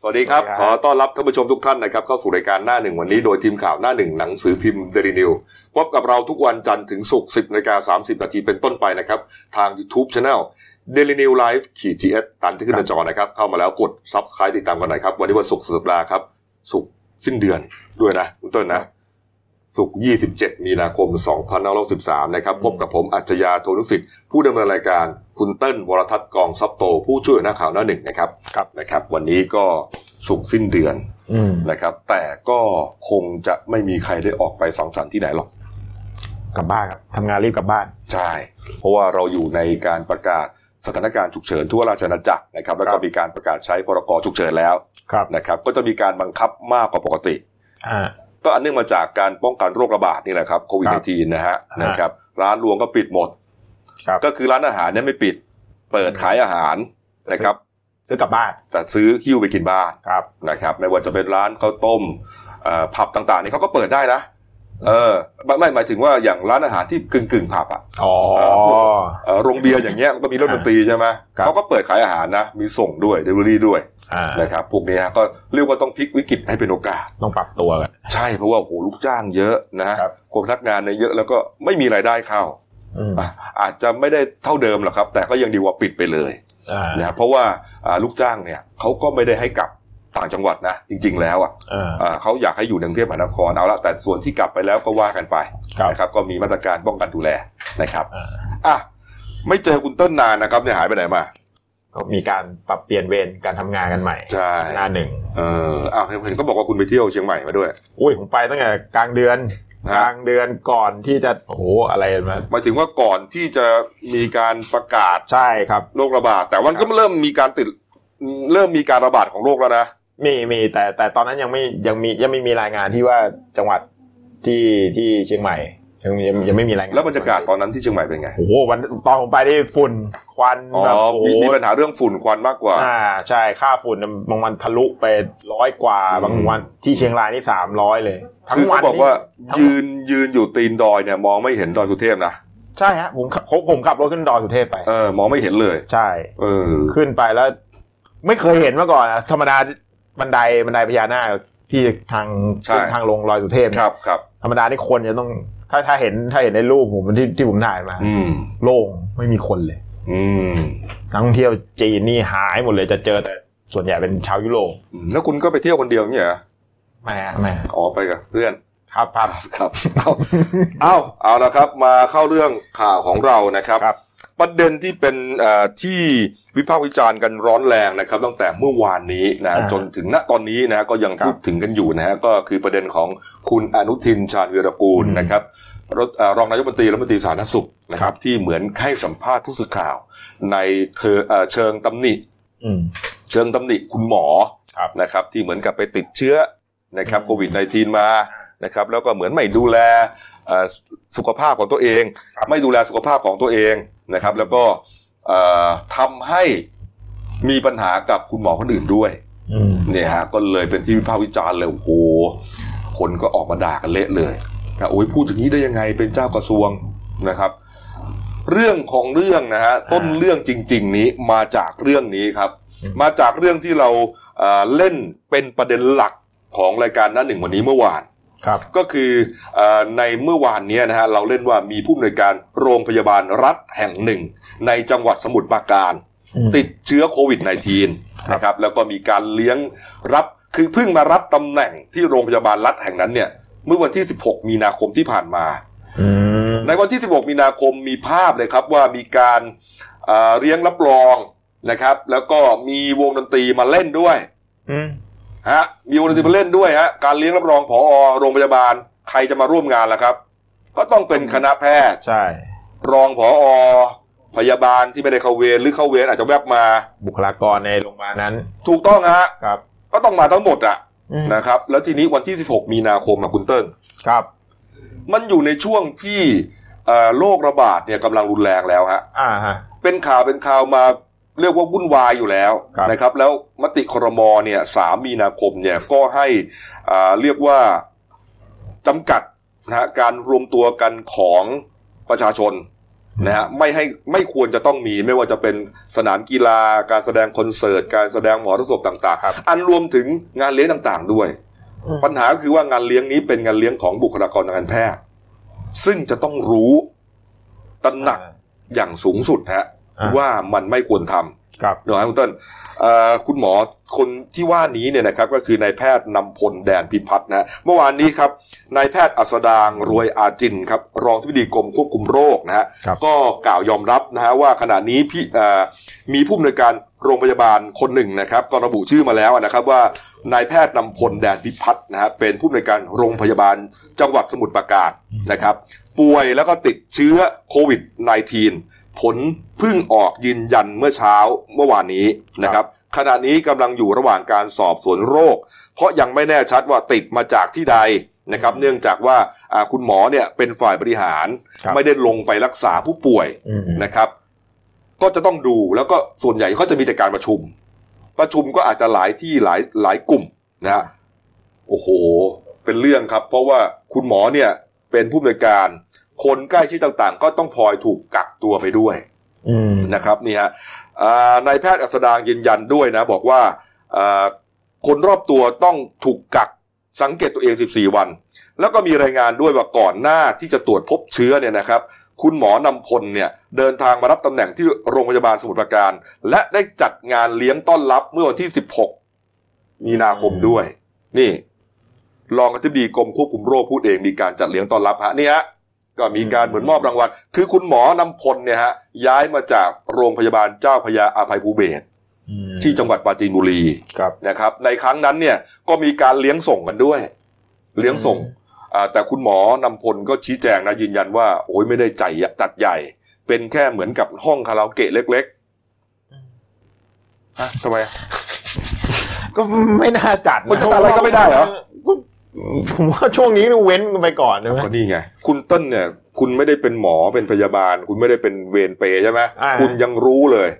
สวัสดีครับ สวัสดี ข ครั อบ ต้อนรับท่านผู้ชมทุกท่านนะครับเข้าสู่รายการหน้าหนึ่งวันนี้โดยทีมข่าวหน้าหนึ่งหนังสือพิมพ์เดลินิวพบกับเราทุกวันจันทร์ถึงศุกร์10นาฬิกา30 นาทีเป็นต้นไปนะครับ ทาง YouTube Channel d a i l y New Life ขีดจีเอสตามที่ขึ้นหน้าจอนะครับ เข้ามาแล้วกด Subscribe ติดตามกันหน่อยครับ วันนี้วันศุกร์สุดสัปดาห์ครับ ศุกร์สิ้นเดือนด้วยนะคุณต้นนะ ศุกร์27 มีนาคม 2563 นะครับ พบกับผมอัจฉริยะโทนุสิทธิ์ผู้ดำเนินรายการคุณเต้นวรทัศน์กองซับโต ผู้ช่วยหัวหน้าข่าวหน้าหนึ่งนะครับ ครับ นะครับ วันนี้ก็ศุกร์สิ้นเดือน อืม นะครับ แต่ก็คงจะไม่มีใครได้ออกไปสังสรรค์ที่ไหนหรอก กลับบ้านครับทำงานรีบกลับบ้าน ใช่ เพราะว่าเราอยู่ในการประกาศสถานการณ์ฉุกเฉินทั่วราชอาณาจักรนะครับ แล้วก็มีการประกาศใช้พรกฉุกเฉินแล้ว ครับ นะครับ ก็จะมีการบังคับมากกว่าปกติ อ่า ก็อันเนื่องมาจากการป้องกันโรคระบาดนี่แหละครับโควิด ครับ -19 นะฮะนะครับ ร้านรวงก็ปิดหมด ครับ ก็คือร้านอาหารเนี่ยไม่ปิด เปิดขายอาหารนะครับ ซื้อกลับบ้าน แต่ซื้อหิ้วไปกินบ้าน ครับ นะครับไม่ว่าจะเป็นร้านข้าวต้มเอ่อผับต่างๆนี่เขาก็เปิดได้นะเออไม่ไม่หมายถึงว่าอย่างร้านอาหารที่กึ่งกึ่งๆผับอ่ะ อ๋อ เอ่อโรงเบียร์อย่างเงี้ยมันก็มีเรื่องดนตรีใช่ไหม ครับ เขาก็เปิดขายอาหารนะ มีส่งด้วยเดลิเวอรี่ด้วย อ่า นะครับพวกนี้ฮะก็เรียกว่าต้องพลิกวิกฤตให้เป็นโอกาส ต้องปรับตัวกัน ใช่เพราะว่าโอ้โหลูกจ้างเยอะนะฮะ ครับ คนพนักงานเนี่ยเยอะแล้วก็ไม่มีรายได้เข้า อืม อ่ะอาจจะไม่ได้เท่าเดิมหรอกครับ แต่ก็ยังดีกว่าปิดไปเลย อ่า นะเพราะว่าอ่าลูกจ้างเนี่ยเขาก็ไม่ได้ให้กลับต่างจังหวัดนะจริง ๆ แล้วอ่ะ อ่า อ่าเขาอยากให้อยู่ในกรุงเทพมหานครเอาละแต่ส่วนที่กลับไปแล้วก็ว่ากันไป ครับ นะครับก็มีมาตรการป้องกันดูแลนะครับ อ่า อ่ะไม่เจอคุณเต้นนานนะครับเนี่ยหายไปไหนมา ก็มีการปรับเปลี่ยนเวรการทำงานกันใหม่ ใช่ หน้าหนึ่ง เอออ้าวเห็นเขาบอกว่าคุณไปเที่ยวเชียงใหม่มาด้วย อุ้ยผมไปตั้งแต่กลางเดือน ฮะ กลางเดือนก่อนที่จะโอ้โหอะไรมา หมายถึงว่าก่อนที่จะมีการประกาศ ใช่ครับ โรคระบาดแต่มันก็เริ่มมีการติดเริ่มมีการระบาดของโรคแล้วนะ มีมีแต่แต่ตอนนั้นยังไม่ยังมียังไม่มีรายงานที่ว่าจังหวัดที่ที่เชียงใหม่ยังยังยังไม่มีรายงาน แล้วบรรยากาศตอนนั้นที่เชียงใหม่เป็นไง โอ้โหวันตอนผมไปนี่ฝุ่นควัน อ๋อ แบบโอ้โห มีมีปัญหาเรื่องฝุ่นควันมากกว่า อ่าใช่ค่าฝุ่นบางวันทะลุไปร้อยกว่า อืม บางวันที่เชียงรายนี่สามร้อยเลยทั้ คือง วั เขา น บอกว่า ทั้ง ยืนยืนอยู่ตีนดอยเนี่ยมองไม่เห็นดอยสุเทพนะ ใช่ฮะผมขับผมผมขับรถขึ้นดอยสุเทพไป เออมองไม่เห็นเลย ใช่ เออ ขึ้นไปแล้ว ไม่เคยเห็นมาก่อนนะธรรมดาบันไดบันไดพญานาคที่ทาง ใช่ ขึ้นทางลงลอยสุเทพ ครับครับ ธรรมดานี่คนจะต้อง ถ้าถ้าเห็นถ้าเห็นในรูปผมที่ที่ผมถ่ายมา อืม โล่งไม่มีคนเลย อืม นักท่องเที่ยวจีนนี่หายหมดเลยจะเจอแต่ส่วนใหญ่เป็นชาวยุโรป อืมแล้วคุณก็ไปเที่ยวคนเดียวอย่างเนี่ยเหรอ ไม่ฮะไม่ฮะ อ๋อไปกับเพื่อน ครับครับ ครับ เอาเอาเอาละครับ มาเข้าเรื่องข่าวของเรานะครับ ครับ ประเด็นที่เป็นเอ่อที่วิพากษ์วิจารณ์กันร้อนแรงนะครับ ตั้งแต่เมื่อวานนี้นะ อ่า จนถึงณตอนนี้นะก็ยัง ครับ พูดถึงกันอยู่นะฮะก็คือประเด็นของคุณอนุทินชาญวีรกูล อืม นะครับรถเอ่อรองนายกรัฐมนตรีรัฐมนตรีสาธารณสุขนะค ครั รับบ ที่เหมือนให้สัมภาษณ์ผู้สื่อข่าว ในเธอเอ่อเชิงตำหนิ อืม เชิงตำหนิคุณหมอ ครับ นะครับ ที่เหมือนกับไปติดเชื้อนะครับ อืม โควิด -19 มานะครับแล้วก็เหมือนไม่ดูแลเอ่อสุขภาพของตัวเอง ครับ ไม่ดูแลสุขภาพของตัวเองนะครับ แล้วก็เอ่อทำให้มีปัญหากับคุณหมอคนอื่นด้วย อืม เนี่ยฮะก็เลยเป็นที่วิพากษ์วิจารณ์เลยโอ้โหคนก็ออกมาด่ากันเละเลยนะโอ้ยพูดอย่างนี้ได้ยังไงเป็นเจ้ากระทรวงนะครับ เรื่องของเรื่องนะฮะต้นเรื่องจริง ๆ นี้มาจากเรื่องนี้ครับ มาจากเรื่องที่เราเอ่อเล่นเป็นประเด็นหลักของรายการหน้าหนึ่งวันนี้เมื่อวาน ครับ ก็คือเอ่อในเมื่อวานเนี้ยนะฮะเราเล่นว่ามีผู้อำนวยการโรงพยาบาลรัฐแห่งหนึ่ง ในจังหวัดสมุทรปราการ ติดเชื้อโควิด -19 นะครับแล้วก็มีการเลี้ยงรับคือเพิ่งมารับตำแหน่งที่โรงพยาบาลรัฐแห่งนั้นเนี่ยเมื่อวันที่ 16 มีนาคมที่ผ่านมา อืม ในวันที่ 16 มีนาคมมีภาพเลยครับว่ามีการเอ่อเลี้ยงรับรองนะครับ แล้วก็มีวงดนตรีมาเล่นด้วย อืม ฮะมีวงดนตรีมาเล่นด้วยฮะการเลี้ยงรับรองผอโรงพยาบาล ใครจะมาร่วมงานล่ะครับ ก็ต้องเป็นคณะแพทย์ ใช่ รองผอพยาบาลที่ไม่ได้เข้าเวรหรือเข้าเวรอาจจะแวบมา บุคลากรในโรงพยาบาลนั้น ถูกต้องฮะ ครับ ก็ต้องมาทั้งหมดอะ อืม นะครับ แล้วทีนี้วันที่ 16 มีนาคมอะคุณเติ้ล ครับ มันอยู่ในช่วงที่เอ่อโรคระบาดเนี่ยกำลังรุนแรงแล้วฮะ อ่าฮะ เป็นข่าวเป็นข่าวมาเรียกว่าวุ่นวายอยู่แล้ว ครับ นะครับ แล้วมติครมเนี่ยสามมีนาคมเนี่ยก็ให้อ่าเรียกว่าจำกัดนะฮะการรวมตัวกันของประชาชน นะฮะไม่ให้ไม่ควรจะต้องมีไม่ว่าจะเป็นสนามกีฬาการแสดงคอนเสิร์ต การแสดงมหรสพต่าง ครับ ๆ อันรวมถึงงานเลี้ยงต่างๆด้วย อืม ปัญหาก็คือว่างานเลี้ยงนี้เป็นงานเลี้ยงของบุคลากรทางการแพทย์ซึ่งจะต้องรู้ตระหนักอย่างสูงสุดฮะ อ่า ว่ามันไม่ควรทำ ครับ เดี๋ยวนะคุณเติ้ลเอ่อคุณหมอคนที่ว่านี้เนี่ยนะครับก็คือนายแพทย์นำพลแดนพิพัฒน์นะฮะเมื่อวานนี้ครับนายแพทย์อัสดางรวยอาจินครับรองที่ปดีกรมควบคุมโรคนะฮะ ครับ ก็กล่าวยอมรับนะฮะว่าขณะนี้พี่เอ่อมีผู้อำนวยการโรงพยาบาลคนหนึ่งนะครับก็ระบุชื่อมาแล้วนะครับว่านายแพทย์นำพลแดนพิพัฒน์นะฮะเป็นผู้อำนวยการโรงพยาบาลจังหวัดสมุทรปราการนะครับ ป่วยแล้วก็ติดเชื้อโควิด -19 ผลเพึ่งออกยืนยันเมื่อเช้าเมื่อวานนี้นะครับ ขณะนี้กำลังอยู่ระหว่างการสอบสวนโรค เพราะยังไม่แน่ชัดว่าติดมาจากที่ใดนะครับ เนื่องจากว่าอ่าคุณหมอเนี่ยเป็นฝ่ายบริหาร ครับ ไม่ได้ลงไปรักษาผู้ป่วย อืม นะครับ ก็จะต้องดูแล้วก็ส่วนใหญ่ก็จะมีแต่การประชุม ประชุมก็อาจจะหลายที่หลายหลายกลุ่มนะฮะโอ้โห เป็นเรื่องครับ เพราะว่าคุณหมอเนี่ยเป็นผู้อำนวยการ คนใกล้ชิดต่างๆ ก็ต้องพลอยถูกกักตัวไปด้วย อืม นะครับนี่ฮะอ่านายแพทย์อัสดางยืนยันด้วยนะ บอกว่าอ่าคนรอบตัวต้องถูกกักสังเกตตัวเอง 14 วัน แล้วก็มีรายงานด้วยว่าก่อนหน้าที่จะตรวจพบเชื้อเนี่ยนะครับ คุณหมอนำพลเนี่ยเดินทางมารับตำแหน่งที่โรงพยาบาลสมุทรปราการ และได้จัดงานเลี้ยงต้อนรับเมื่อวันที่ 16 มีนาคมด้วย นี่ รองอธิบดีกรมควบคุมโรคพูดเองมีการจัดเลี้ยงต้อนรับฮะนี่ฮะก็มีการเหมือนมอบรางวัลคือคุณหมอนำพลเนี่ยฮะย้ายมาจากโรงพยาบาลเจ้าพระยาอาภัยภูเบศร อืม ที่จังหวัดปราจีนบุรี ครับ นะครับ ในครั้งนั้นเนี่ยก็มีการเลี้ยงส่งกันด้วย เลี้ยงส่งอ่าแต่คุณหมอนำพลก็ชี้แจงนะยืนยันว่าโอ้ยไม่ได้ใจจัดใหญ่ เป็นแค่เหมือนกับห้องคาราโอเกะเล็กๆฮะทำไม ก็ไม่น่าจัดน มันจะอะไรก็ไม่ได้เหรอ ก็ผมว่าช่วงนี้เว้นกันไปก่อนใช่ไหม ก็นี่ไง คุณเต้นเนี่ย คุณไม่ได้เป็นหมอเป็นพยาบาล คุณไม่ได้เป็นเวรเปรย์ใช่ไหม อ่า คุณยังรู้เลย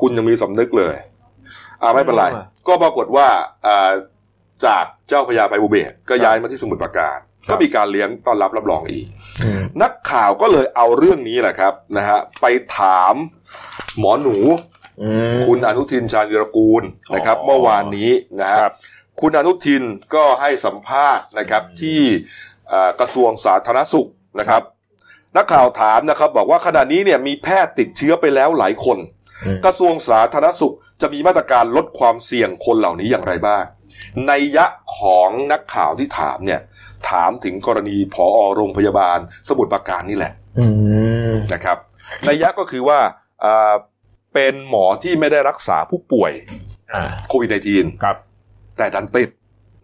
คุณยังมีสำนึกเลย อ่าไม่เป็นไร อ่า ก็ปรากฏว่าอ่าจากเจ้าพญาไปบุเบศรก็ย้ายมาที่สมุทรปราการ ก็มีการเลี้ยงต้อนรับรับรองอีก อืม นักข่าวก็เลยเอาเรื่องนี้แหละครับนะฮะไปถามหมอหนู อืม คุณอนุทินชาญวิรกูลนะครับ อ๋อ เมื่อวานนี้นะค ครั รับบ คุณอนุทินก็ให้สัมภาษณ์นะครับที่เอ่อกระทรวงสาธารณสุขนะครับ นักข่าวถามนะครับบอกว่าขณะนี้เนี่ยมีแพทย์ติดเชื้อไปแล้วหลายคน อืม กระทรวงสาธารณสุขจะมีมาตรการลดความเสี่ยงคนเหล่านี้อย่างไรบ้างในยะของนักข่าวที่ถามเนี่ยถามถึงกรณีผอโรงพยาบาลสมุทรปราการนี่แหละ อืม นะครับ นัยยะก็คือว่าอ่าเป็นหมอที่ไม่ได้รักษาผู้ป่วย อ่า โควิด ครับ -19 แต่ดันติด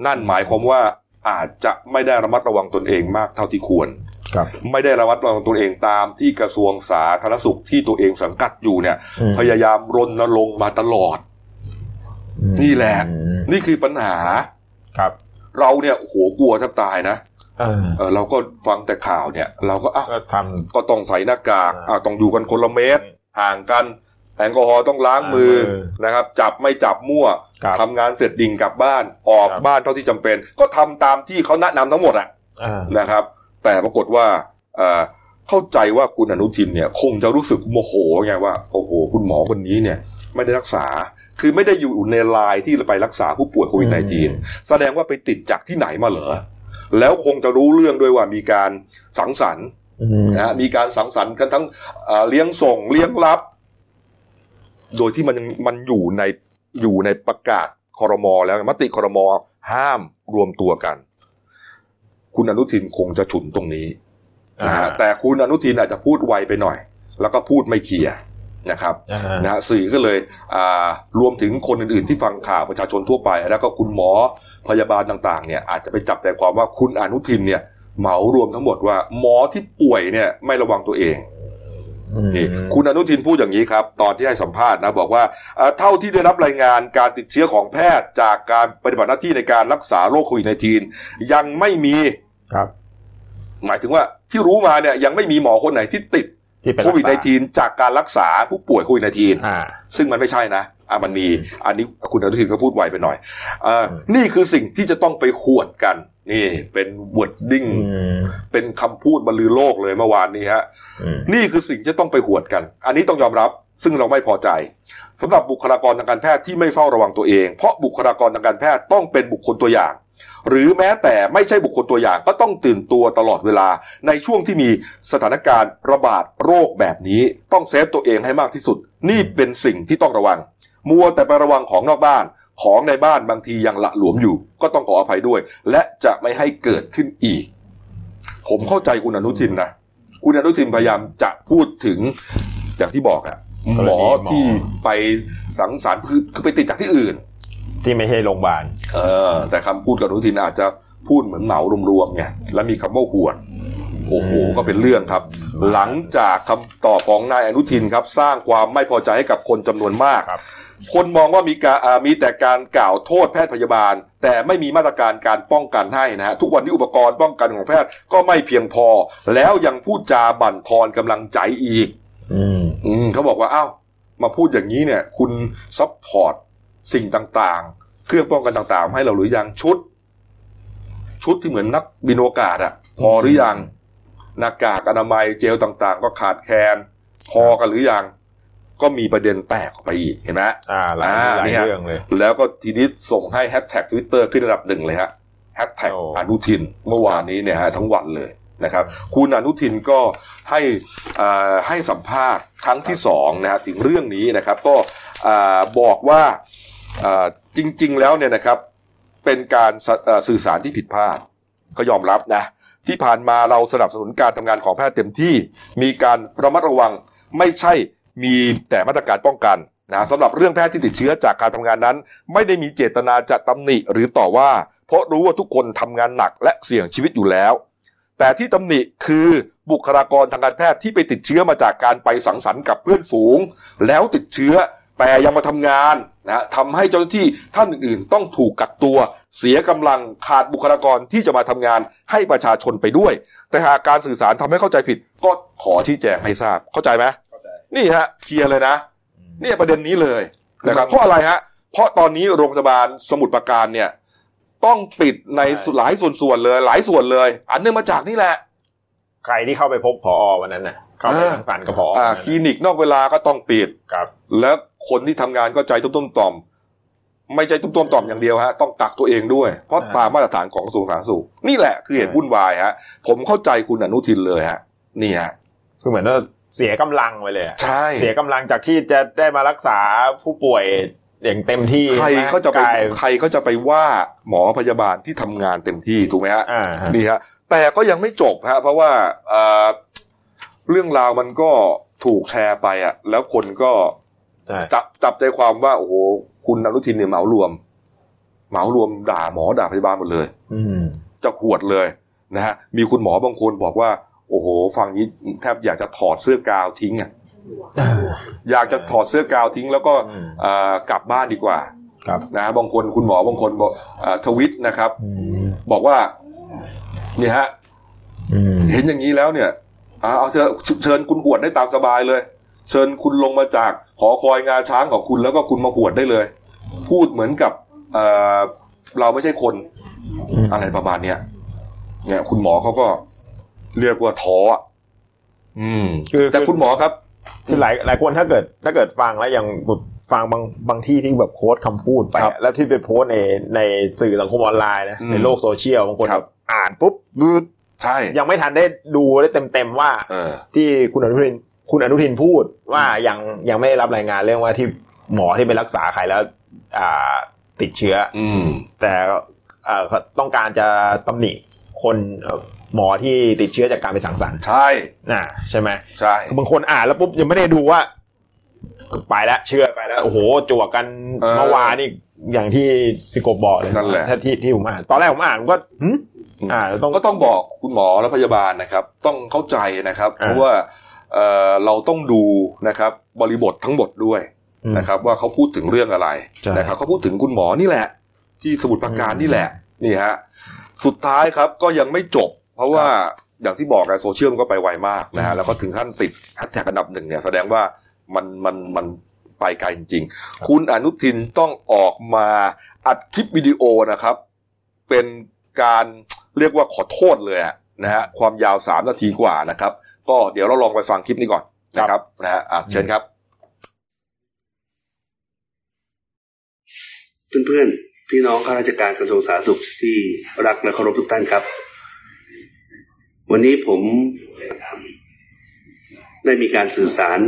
นั่นหมายความว่าอาจจะไม่ได้ระมัดระวังตนเองมากเท่าที่ควร ครับ ไม่ได้ระมัดระวังตนเองตามที่กระทรวงสาธารณสุขที่ตัวเองสังกัดอยู่เนี่ย อืม พยายามรณรงค์มาตลอด อืม นี่แหละ อืม นี่คือปัญหา ครับ เราเนี่ยโอ้โหกลัวแทบตายนะ เออ เออเราก็ฟังแต่ข่าวเนี่ย เราก็อ้าว ก็ท ก็ต้องใส่หน้ากาก อ่า อ่ะต้องอยู่กันคนละเมตร อืม ห่างกัน แอลกอฮอล์ต้องล้าง ล้างมื มือ อ นะครับ จับไม่จับมั่ว ครับ ทำงานเสร็จดิ่งกลับบ้าน ออก ครับ บ้านเท่าที่จำเป็น ก็ทำตามที่เขาแนะนำทั้งหมดอะ ำอ่า นะครับ แต่ปรากฏว่าเอ่อเข้าใจว่าคุณอนุทินเนี่ย คงจะรู้สึกโมโหไงว่า โอ้โห คุณหมอคนนี้เนี่ย ไม่ได้รักษา คือไม่ได้อยู่ในไลน์ที่ไปรักษาผู้ป่วยโควิด -19 แสดงว่าไปติดจากที่ไหนมาเหรอ แล้วคงจะรู้เรื่องด้วยว่ามีการสังสรรค์ อืม นะฮะมีการสังสรรค์กันทั้งเอ่อเลี้ยงส่งเลี้ยงรับ โดยที่มันมันอยู่ในอยู่ในประกาศคอรมอแล้วมติคอรมอห้ามรวมตัวกัน คุณอนุทินคงจะฉุนตรงนี้นะ อ่า ฮะแต่คุณอนุทินอาจจะพูดไวไปหน่อย แล้วก็พูดไม่เคลียร์นะครับ อ่า นะฮะสื่อก็เลยอ่ารวมถึงคนอื่นๆ ที่ฟังข่าวประชาชนทั่วไป แล้วก็คุณหมอพยาบาลต่างๆ เนี่ยอาจจะไปจับใจความว่าคุณอนุทินเนี่ยเหมารวมทั้งหมดว่าหมอที่ป่วยเนี่ยไม่ระวังตัวเอง อืม นี่คุณอนุทินพูดอย่างนี้ครับ ตอนที่ให้สัมภาษณ์นะบอกว่าเอ่อเท่าที่ได้รับรายงานการติดเชื้อของแพทย์จากการปฏิบัติหน้าที่ในการรักษาโรคโควิด -19 ยังไม่มี ครับ หมายถึงว่าที่รู้มาเนี่ยยังไม่มีหมอคนไหนที่ติด ที่เป็น โควิด รักษา -19 จากการรักษาผู้ป่วยโควิด -19 อ่า ซึ่งมันไม่ใช่นะอ่ะมันมี อันนี้คุณอนุทินก็พูดไวไปหน่อยเอออ ม นี่คือสิ่งที่จะต้องไปขวดกัน นี่เป็นวอร์ดดิ้ง อืม เป็นคำพูดบรรลือโลกเลยเมื่อวานนี้ฮะ อืม นี่คือสิ่งที่ต้องไปหวดกัน อันนี้ต้องยอมรับ ซึ่งเราไม่พอใจสำหรับบุคลากรทางการแพทย์ที่ไม่เฝ้าระวังตัวเอง เพราะบุคลากรทางการแพทย์ต้องเป็นบุคคลตัวอย่าง หรือแม้แต่ไม่ใช่บุคคลตัวอย่างก็ต้องตื่นตัวตลอดเวลา ในช่วงที่มีสถานการณ์ระบาดโรคแบบนี้ ต้องเซฟตัวเองให้มากที่สุด นี่เป็นสิ่งที่ต้องระวัง มัวแต่ไประวังของนอกบ้าน ของในบ้านบางทียังละหลวมอยู่ ก็ต้องขออภัยด้วย และจะไม่ให้เกิดขึ้นอีก ผมเข้าใจคุณอนุทินนะ คุณอนุทินพยายามจะพูดถึงอย่างที่บอกอะหมอที่ไปสังสารค์คือคือไปติดจากที่อื่น ที่ไม่ใช่โรงพยาบาล เออ แต่คำพูดกับอนุทินอาจจะพูดเหมือนเหมารวมๆไงแล้วมีคำว่าหวดโอ้โหก็เป็นเรื่องครับ หลังจากคำตอบของนายอนุทินครับ สร้างความไม่พอใจให้กับคนจำนวนมาก ครับ คนมองว่ามีการอ่ามีแต่การกล่าวโทษแพทย์พยาบาล แต่ไม่มีมาตรการการป้องกันให้นะฮะทุกวันนี้อุปกรณ์ป้องกันของแพทย์ก็ไม่เพียงพอ แล้วยังพูดจาบั่นทอนกำลังใจอีก อืม อืมเขาบอกว่าอ้าวมาพูดอย่างนี้เนี่ย คุณซัพพอร์ตสิ่งต่างๆ เครื่องป้องกันต่างๆ ให้เราหรือยังชุด ชุดที่เหมือนนักบินอวกาศอะพอหรือยังหน้ากากอนามัยเจลต่างๆ ก็ขาดแคลนพอกันหรือยัง ก็มีประเด็นแตกออกไปอีกเห็นไหม อ่าหลาย อ่า หลาย เนี่ย เรื่องเลย แล้วก็ทีนี้ส่งให้แฮชแท็กทวิตเตอร์ขึ้นระดับหนึ่งเลยฮะแฮชแท็ก โอ้ อนุทินเมื่อวานนี้เนี่ยฮะทั้งวันเลยนะครับ คุณอนุทินก็ให้อ่าให้สัมภาษณ์ครั้งที่สองนะฮะถึงเรื่องนี้นะครับ ก็อ่าบอกว่าอ่าจริง ๆ แล้วเนี่ยนะครับ เป็นการสเอ่อสื่อสารที่ผิดพลาด ก็ยอมรับนะ ที่ผ่านมาเราสนับสนุนการทำงานของแพทย์เต็มที่ มีการระมัดระวังไม่ใช่มีแต่มาตรการป้องกันนะสำหรับเรื่องแพทย์ที่ติดเชื้อจากการทำงานนั้น ไม่ได้มีเจตนาจะตำหนิหรือต่อว่า เพราะรู้ว่าทุกคนทำงานหนักและเสี่ยงชีวิตอยู่แล้ว แต่ที่ตำหนิคือบุคลากรทางการแพทย์ที่ไปติดเชื้อมาจากการไปสังสรรค์กับเพื่อนฝูง แล้วติดเชื้อแต่ยังมาทำงานนะทำให้เจ้าหน้าที่ท่านอื่นๆ ต้องถูกกักตัว เสียกำลังขาดบุคลากรที่จะมาทำงานให้ประชาชนไปด้วย แต่หากการสื่อสารทำให้เข้าใจผิด ก็ขอชี้แจงให้ทราบเข้าใจไหมนี่ฮะเคลียร์เลยนะ เนี่ยประเด็นนี้เลยนะครับเพราะอะไรฮะ เพราะตอนนี้โรงพยาบาลสมุทรปราการเนี่ย ต้องปิดใน ใช่ หลายส่วนๆเลย หลายส่วนเลย อันเนื่องมาจากนี่แหละ ใครที่เข้าไปพบพอวันนั้นน่ะ เข้าไป อ่า สังสรรค์กับพอ อ่าคลินิกนอกเวลาก็ต้องปิด ครับ และคนที่ทำงานก็ใจตุ้มๆต่อม ไม่ใจตุ้มๆต่อมอย่างเดียวฮะต้องตักตัวเองด้วย เพราะตามมาตรฐานของกระทรวงสาธารณสุขนี่แหละคือเหตุวุ่นวายฮะ ผมเข้าใจคุณอนุทินเลยฮะนี่ฮะ คือเหมือนว่าเสียกำลังไปเลยอะ ใช่ เสียกำลังจากที่จะได้มารักษาผู้ป่วยอย่างเต็มที่ ใครก็จะไป ร่างกาย ใครก็จะไปว่าหมอพยาบาลที่ทำงานเต็มที่ถูกไหมฮะ อ่าฮะ นี่ฮะแต่ก็ยังไม่จบฮะเพราะว่าเอ่อเรื่องราวมันก็ถูกแชร์ไปอะแล้วคนก็ ใช่ จับจับใจความว่า โอ้โหคุณอนุทินเนี่ยเหมารวม เหมารวมด่าหมอด่าพยาบาลหมดเลย อืม จะขวดเลยนะฮะมีคุณหมอบางคนบอกว่า โอ้โห ฟังนี้แทบอยากจะถอดเสื้อกาวทิ้งอะอยากจะถอดเสื้อกาวทิ้ง แล้วก็ อืม เอ่อกลับบ้านดีกว่า ครับ นะฮะบางคนคุณหมอบางคนบอกเอ่อทวิตนะครับ อืม บอกว่าเนี่ยฮะ อืม เห็นอย่างนี้แล้วเนี่ยอ่าเอาเถอะเชเชิญคุณหวดได้ตามสบายเลย เชิญคุณลงมาจากหอคอยงาช้างของคุณแล้วก็คุณมาหวดได้เลย พูดเหมือนกับเอ่อเราไม่ใช่คนอะไรประมาณเนี้ยเนี่ยคุณหมอเขาก็เรียกว่าท้ออ่ะอืม คือ แต่คุณหมอครับ คือหลายหลายคนถ้าเกิด ถ้าเกิดฟังแล้วยังแบบฟังบางบางที่ที่แบบโค้ดคำพูดไป ครับ แล้วที่ไปโพสต์ในในสื่อสังคมออนไลน์นะ อืม ในโลกโซเชียลบางคน ครับ อ่านปุ๊บบึ๊ด ใช่ ยังไม่ทันได้ดูได้เต็มเต็มๆว่า เออ ที่คุณอนุทินคุณอนุทินพูดว่ายังยังไม่ได้รับรายงานเรื่องว่าที่หมอที่ไปรักษาใครแล้ว อ่าติดเชื้อ อืม แต่เอ่อต้องการจะตำหนิคนเอ่อหมอที่ติดเชื้อจากการไปสังสรรค์ ใช่ นะใช่ไหม ใช่ บางคนอ่านแล้วปุ๊บยังไม่ได้ดูว่า ไปแล้วเชื่อไปแล้ว โอ้โหจวกกันเมื่อวานนี่อย่างที่พี่กบบอกเลย นั่นแหละ ถ้าที่ที่ผมอ่านตอนแรกผมอ่านผมก็หึอ่านแล้วต้อง ก็ต้องบอกคุณหมอและพยาบาลนะครับ ต้องเข้าใจนะครับ อ่า เพราะว่าเอ่อเราต้องดูนะครับ บริบททั้งหมดด้วย อืม นะครับว่าเขาพูดถึงเรื่องอะไร ใช่ นะครับเขาพูดถึงคุณหมอนี่แหละ ที่สมุทรปราการ อืม นี่แหละนี่ฮะสุดท้ายครับก็ยังไม่จบ เพราะว่าอย่างที่บอกอะโซเชียลมันก็ไปไวมากนะฮะแล้วก็ถึงขั้นติดแฮชแท็กอันดับหนึ่งเนี่ยแสดงว่ามันมันมันไปไกลจริง ครับ ๆ คุณอนุทินต้องออกมาอัดคลิปวิดีโอนะครับ เป็นการ เรียกว่าขอโทษเลยอะนะฮะความยาวสามนาทีกว่านะครับ ก็เดี๋ยวเราลองไปฟังคลิปนี้ก่อนนะครับนะฮะอ่ะเชิญครับ เพื่อนๆ พี่น้องข้าราชการกระทรวงสาธารณสุขที่รักและเคารพทุกท่านครับ วันนี้ผมได้มีการสื่อสาร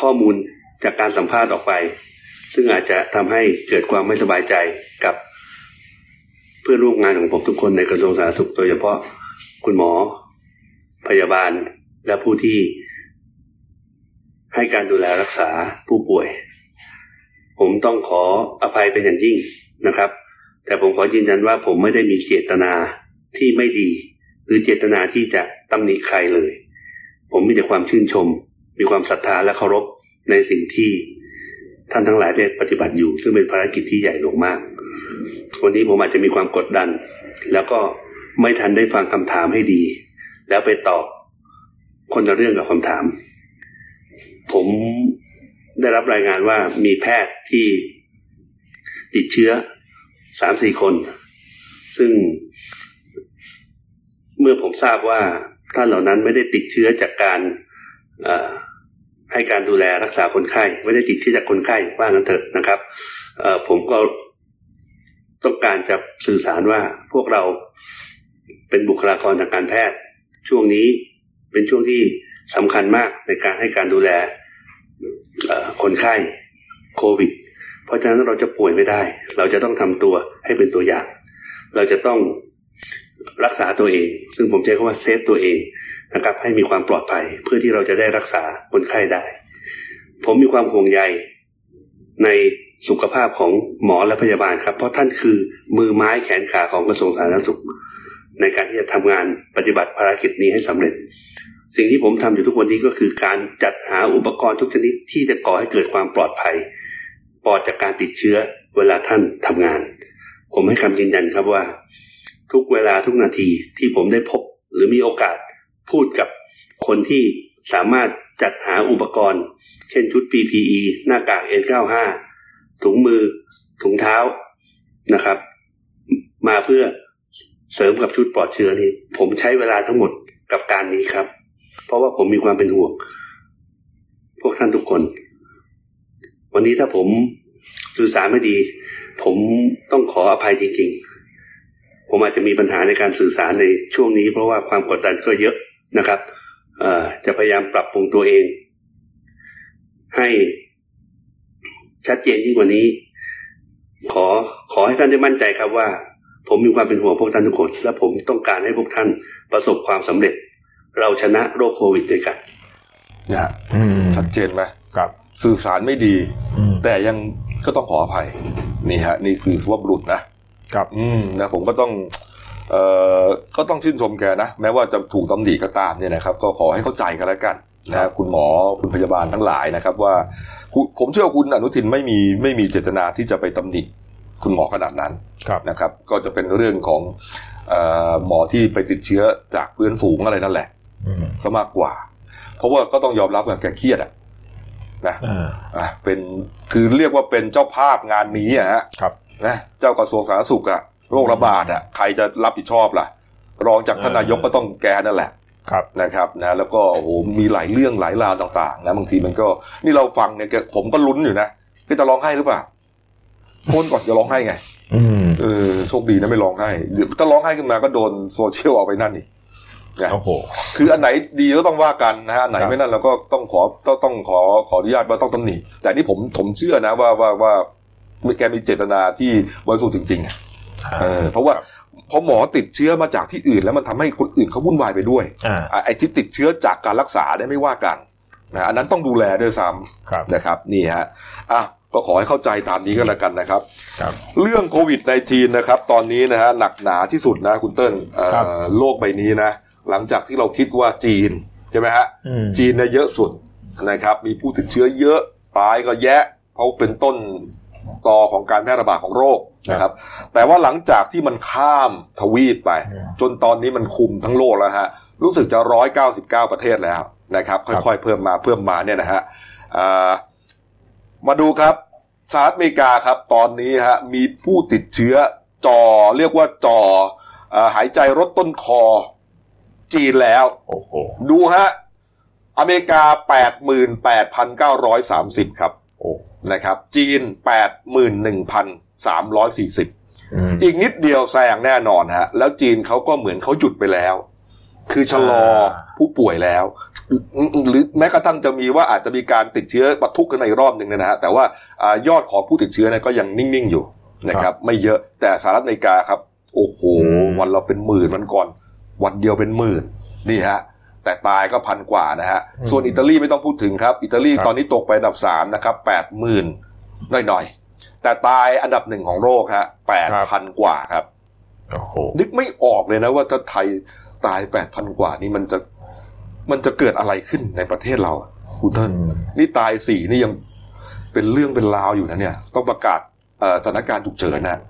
ข้อมูลจากการสัมภาษณ์ออกไป ซึ่งอาจจะทำให้เกิดความไม่สบายใจกับ เพื่อนร่วมงานของผมทุกคนในกระทรวงสาธารณสุขโดยเฉพาะคุณหมอ พยาบาลและผู้ที่ ให้การดูแลรักษาผู้ป่วย ผมต้องขออภัยเป็นอย่างยิ่งนะครับ แต่ผมขอยืนยันว่าผมไม่ได้มีเจตนาที่ไม่ดี หรือเจตนาที่จะตำหนิใครเลย ผมมีแต่ความชื่นชม มีความศรัทธาและเคารพในสิ่งที่ท่านทั้งหลายได้ปฏิบัติอยู่ ซึ่งเป็นภารกิจที่ใหญ่หลวงมาก วันนี้ผมอาจจะมีความกดดัน แล้วก็ไม่ทันได้ฟังคำถามให้ดี แล้วไปตอบคนละเรื่องกับคำถาม ผมได้รับรายงานว่ามีแพทย์ที่ติดเชื้อสามสี่คน ซึ่ง เมื่อผมทราบว่าท่านเหล่านั้นไม่ได้ติดเชื้อจากการเอ่อให้การดูแลรักษาคนไข้ ไม่ได้ติดเชื้อจากคนไข้ว่างั้นเถอะนะครับเอ่อผมก็ต้องการจะสื่อสารว่าพวกเราเป็นบุคลากรทางการแพทย์ ช่วงนี้เป็นช่วงที่สำคัญมากในการให้การดูแล เอ่อคนไข้โควิด เพราะฉะนั้นเราจะป่วยไม่ได้ เราจะต้องทำตัวให้เป็นตัวอย่าง เราจะต้องรักษาตัวเอง ซึ่งผมใช้คำว่าเซฟตัวเองนะครับให้มีความปลอดภัยเพื่อที่เราจะได้รักษาคนไข้ได้ ผมมีความห่วงใยในสุขภาพของหมอและพยาบาลครับ เพราะท่านคือมือไม้แขนขาของกระทรวงสาธารณสุข ในการที่จะทำงานปฏิบัติภารกิจนี้ให้สำเร็จ สิ่งที่ผมทำอยู่ทุกวันนี้ก็คือการจัดหาอุปกรณ์ทุกชนิดที่จะก่อให้เกิดความปลอดภัย ปลอดจากการติดเชื้อเวลาท่านทำงาน ผมให้คำยืนยันครับว่า ทุกเวลาทุกนาทีที่ผมได้พบ หรือมีโอกาสพูดกับคนที่สามารถจัดหาอุปกรณ์ เช่นชุด PPE หน้ากาก N95 ถุงมือ ถุงเท้านะครับ มาเพื่อเสริมกับชุดปลอดเชื้อนี่ผมใช้เวลาทั้งหมดกับการนี้ครับ เพราะว่าผมมีความเป็นห่วง พวกท่านทุกคน วันนี้ถ้าผมสื่อสารไม่ดี ผมต้องขออภัยจริงๆ ผมอาจจะมีปัญหาในการสื่อสารในช่วงนี้ เพราะว่าความกดดันก็เยอะนะครับ เอ่อจะพยายามปรับปรุงตัวเอง ให้ชัดเจนยิ่งกว่านี้ ขอขอให้ท่านได้มั่นใจครับว่า ผมมีความเป็นห่วงพวกท่านทุกคน และผมต้องการให้พวกท่านประสบความสำเร็จ เราชนะโรคโควิดด้วยกัน นะฮะ อืม ชัดเจนไหม ครับ สื่อสารไม่ดี อืม แต่ยังก็ต้องขออภัย นี่ฮะ นี่คือสุภาพบุรุษนะครับ อืมนะผมก็ต้อง เอ่อก็ต้องชื่นชมแกนะ แม้ว่าจะถูกตำหนิก็ตามเนี่ยนะครับ ก็ขอให้เข้าใจกันแล้วกันนะฮะคุณหมอคุณพยาบาลทั้งหลายนะครับว่าคุณผมเชื่อว่าคุณอนุทินไม่มีไม่มีเจตนาที่จะไปตำหนิคุณหมอขนาดนั้น ครับ นะครับก็จะเป็นเรื่องของเออหมอที่ไปติดเชื้อจากเพื่อนฝูงอะไรนั่นแหละ อืม ซะมากกว่า เพราะว่าก็ต้องยอมรับว่าแกเครียดอะนะ อ่า อ่ะเป็นคือเรียกว่าเป็นเจ้าภาพงานนี้อะฮะ ครับ นะเจ้ากระทรวงสาธารณสุขอะโรคระบาดอะใครจะรับผิดชอบล่ะ รองจากทานนายกก็ต้องแกนั่นแหละ ครับ นะครับนะแล้วก็โอ้โหมีหลายเรื่องหลายราวต่างๆนะบางทีมันก็นี่เราฟังเนี่ยแกผมก็ลุ้นอยู่นะก็จะร้องไห้หรือเปล่าพ้นก่อนจะร้องไห้ไง อืม เออโชคดีนะไม่ร้องไห้เดี๋ยวถ้าร้องไห้ขึ้นมาก็โดนโซเชียลเอาไปนั่นอีกนะ โอ้โห คืออันไหนดีก็ต้องว่ากันนะฮะอันไหน ครับ ไม่นั่นเราก็ต้องขอต้องต้องขอขออนุญาตว่าต้องตำหนิแต่นี่ผมผมเชื่อนะว่าว่าว่าแกมีเจตนาที่บริสุทธิ์จริงๆอะเออเพราะว่าเพอหมอติดเชื้อมาจากที่อื่น แล้วมันทำให้คนอื่นเขาวุ่นวายไปด้วย อ่า อ่ะไอ้ที่ติดเชื้อจากการรักษาได้ไม่ว่ากันนะอันนั้นต้องดูแลด้วยซ้ ครับ ำนะครับนี่ฮะอ่ะก็ขอให้เข้าใจตามนี้ก็แล้วกันนะครับ ครับ เรื่องโควิด -19 นะครับ ตอนนี้นะฮะหนักหนาที่สุดนะคุณเติ้ลเอ่อ ครับ โลกใบนี้นะ หลังจากที่เราคิดว่าจีน ใช่ไหมฮะ อืม จีนเนี่ยเยอะสุดนะครับ มีผู้ติดเชื้อเยอะตายก็แยะ เพราะเป็นต้นตอของการแพร่ระบาดของโรคนะครับ แต่ว่าหลังจากที่มันข้ามทวีปไป อืม จนตอนนี้มันคุมทั้งโลกแล้วฮะรู้สึกจะ 199 ประเทศแล้วนะครับ ครับ ค่อยๆเพิ่มมาเพิ่มมาเนี่ยนะฮะอ่ามาดูครับสหรัฐอเมริกาครับ ตอนนี้ฮะมีผู้ติดเชื้อ จอเรียกว่าจอเออหายใจรถต้นคอจีนแล้ว โอ้โห ดูฮะ อเมริกา 88,930 ครับ โอ้ นะครับ จีน 81,340 อืม อีกนิดเดียวแซงแน่นอนฮะ แล้วจีนเขาก็เหมือนเขาหยุดไปแล้ว คือชะลอ อ่า ผู้ป่วยแล้ว หรือแม้กระทั่งจะมีว่าอาจจะมีการติดเชื้อปะทุกันในรอบหนึ่งเนยนะฮะแต่ว่าอายอดของผู้ติดเชื้อเนี่ยก็ยังนิ่ง ๆ อยู่นะครับ ไม่เยอะแต่สหรัฐอเมริกาครับ โอ้โห วันเราเป็นหมื่นวันก่อน วันเดียวเป็นหมื่นนี่ฮะ แต่ตายก็พันกว่านะฮะ อืม ส่วนอิตาลีไม่ต้องพูดถึงครับ อิตาลี ครับ ตอนนี้ตกไปอันดับสามนะครับแปดหมื่นหน่อยๆ แต่ตายอันดับหนึ่งของโลกฮะแปดพันกว่าครับ โอ้โห นึกไม่ออกเลยนะว่าถ้าไทยตายแปดพันกว่านี่มันจะมันจะเกิดอะไรขึ้นในประเทศเราอะคุณเติ้ล อืม นี่ตายสี่นี่ยังเป็นเรื่องเป็นราวอยู่นะเนี่ย ต้องประกาศเอ่อสถานการณ์ฉุกเฉินนะ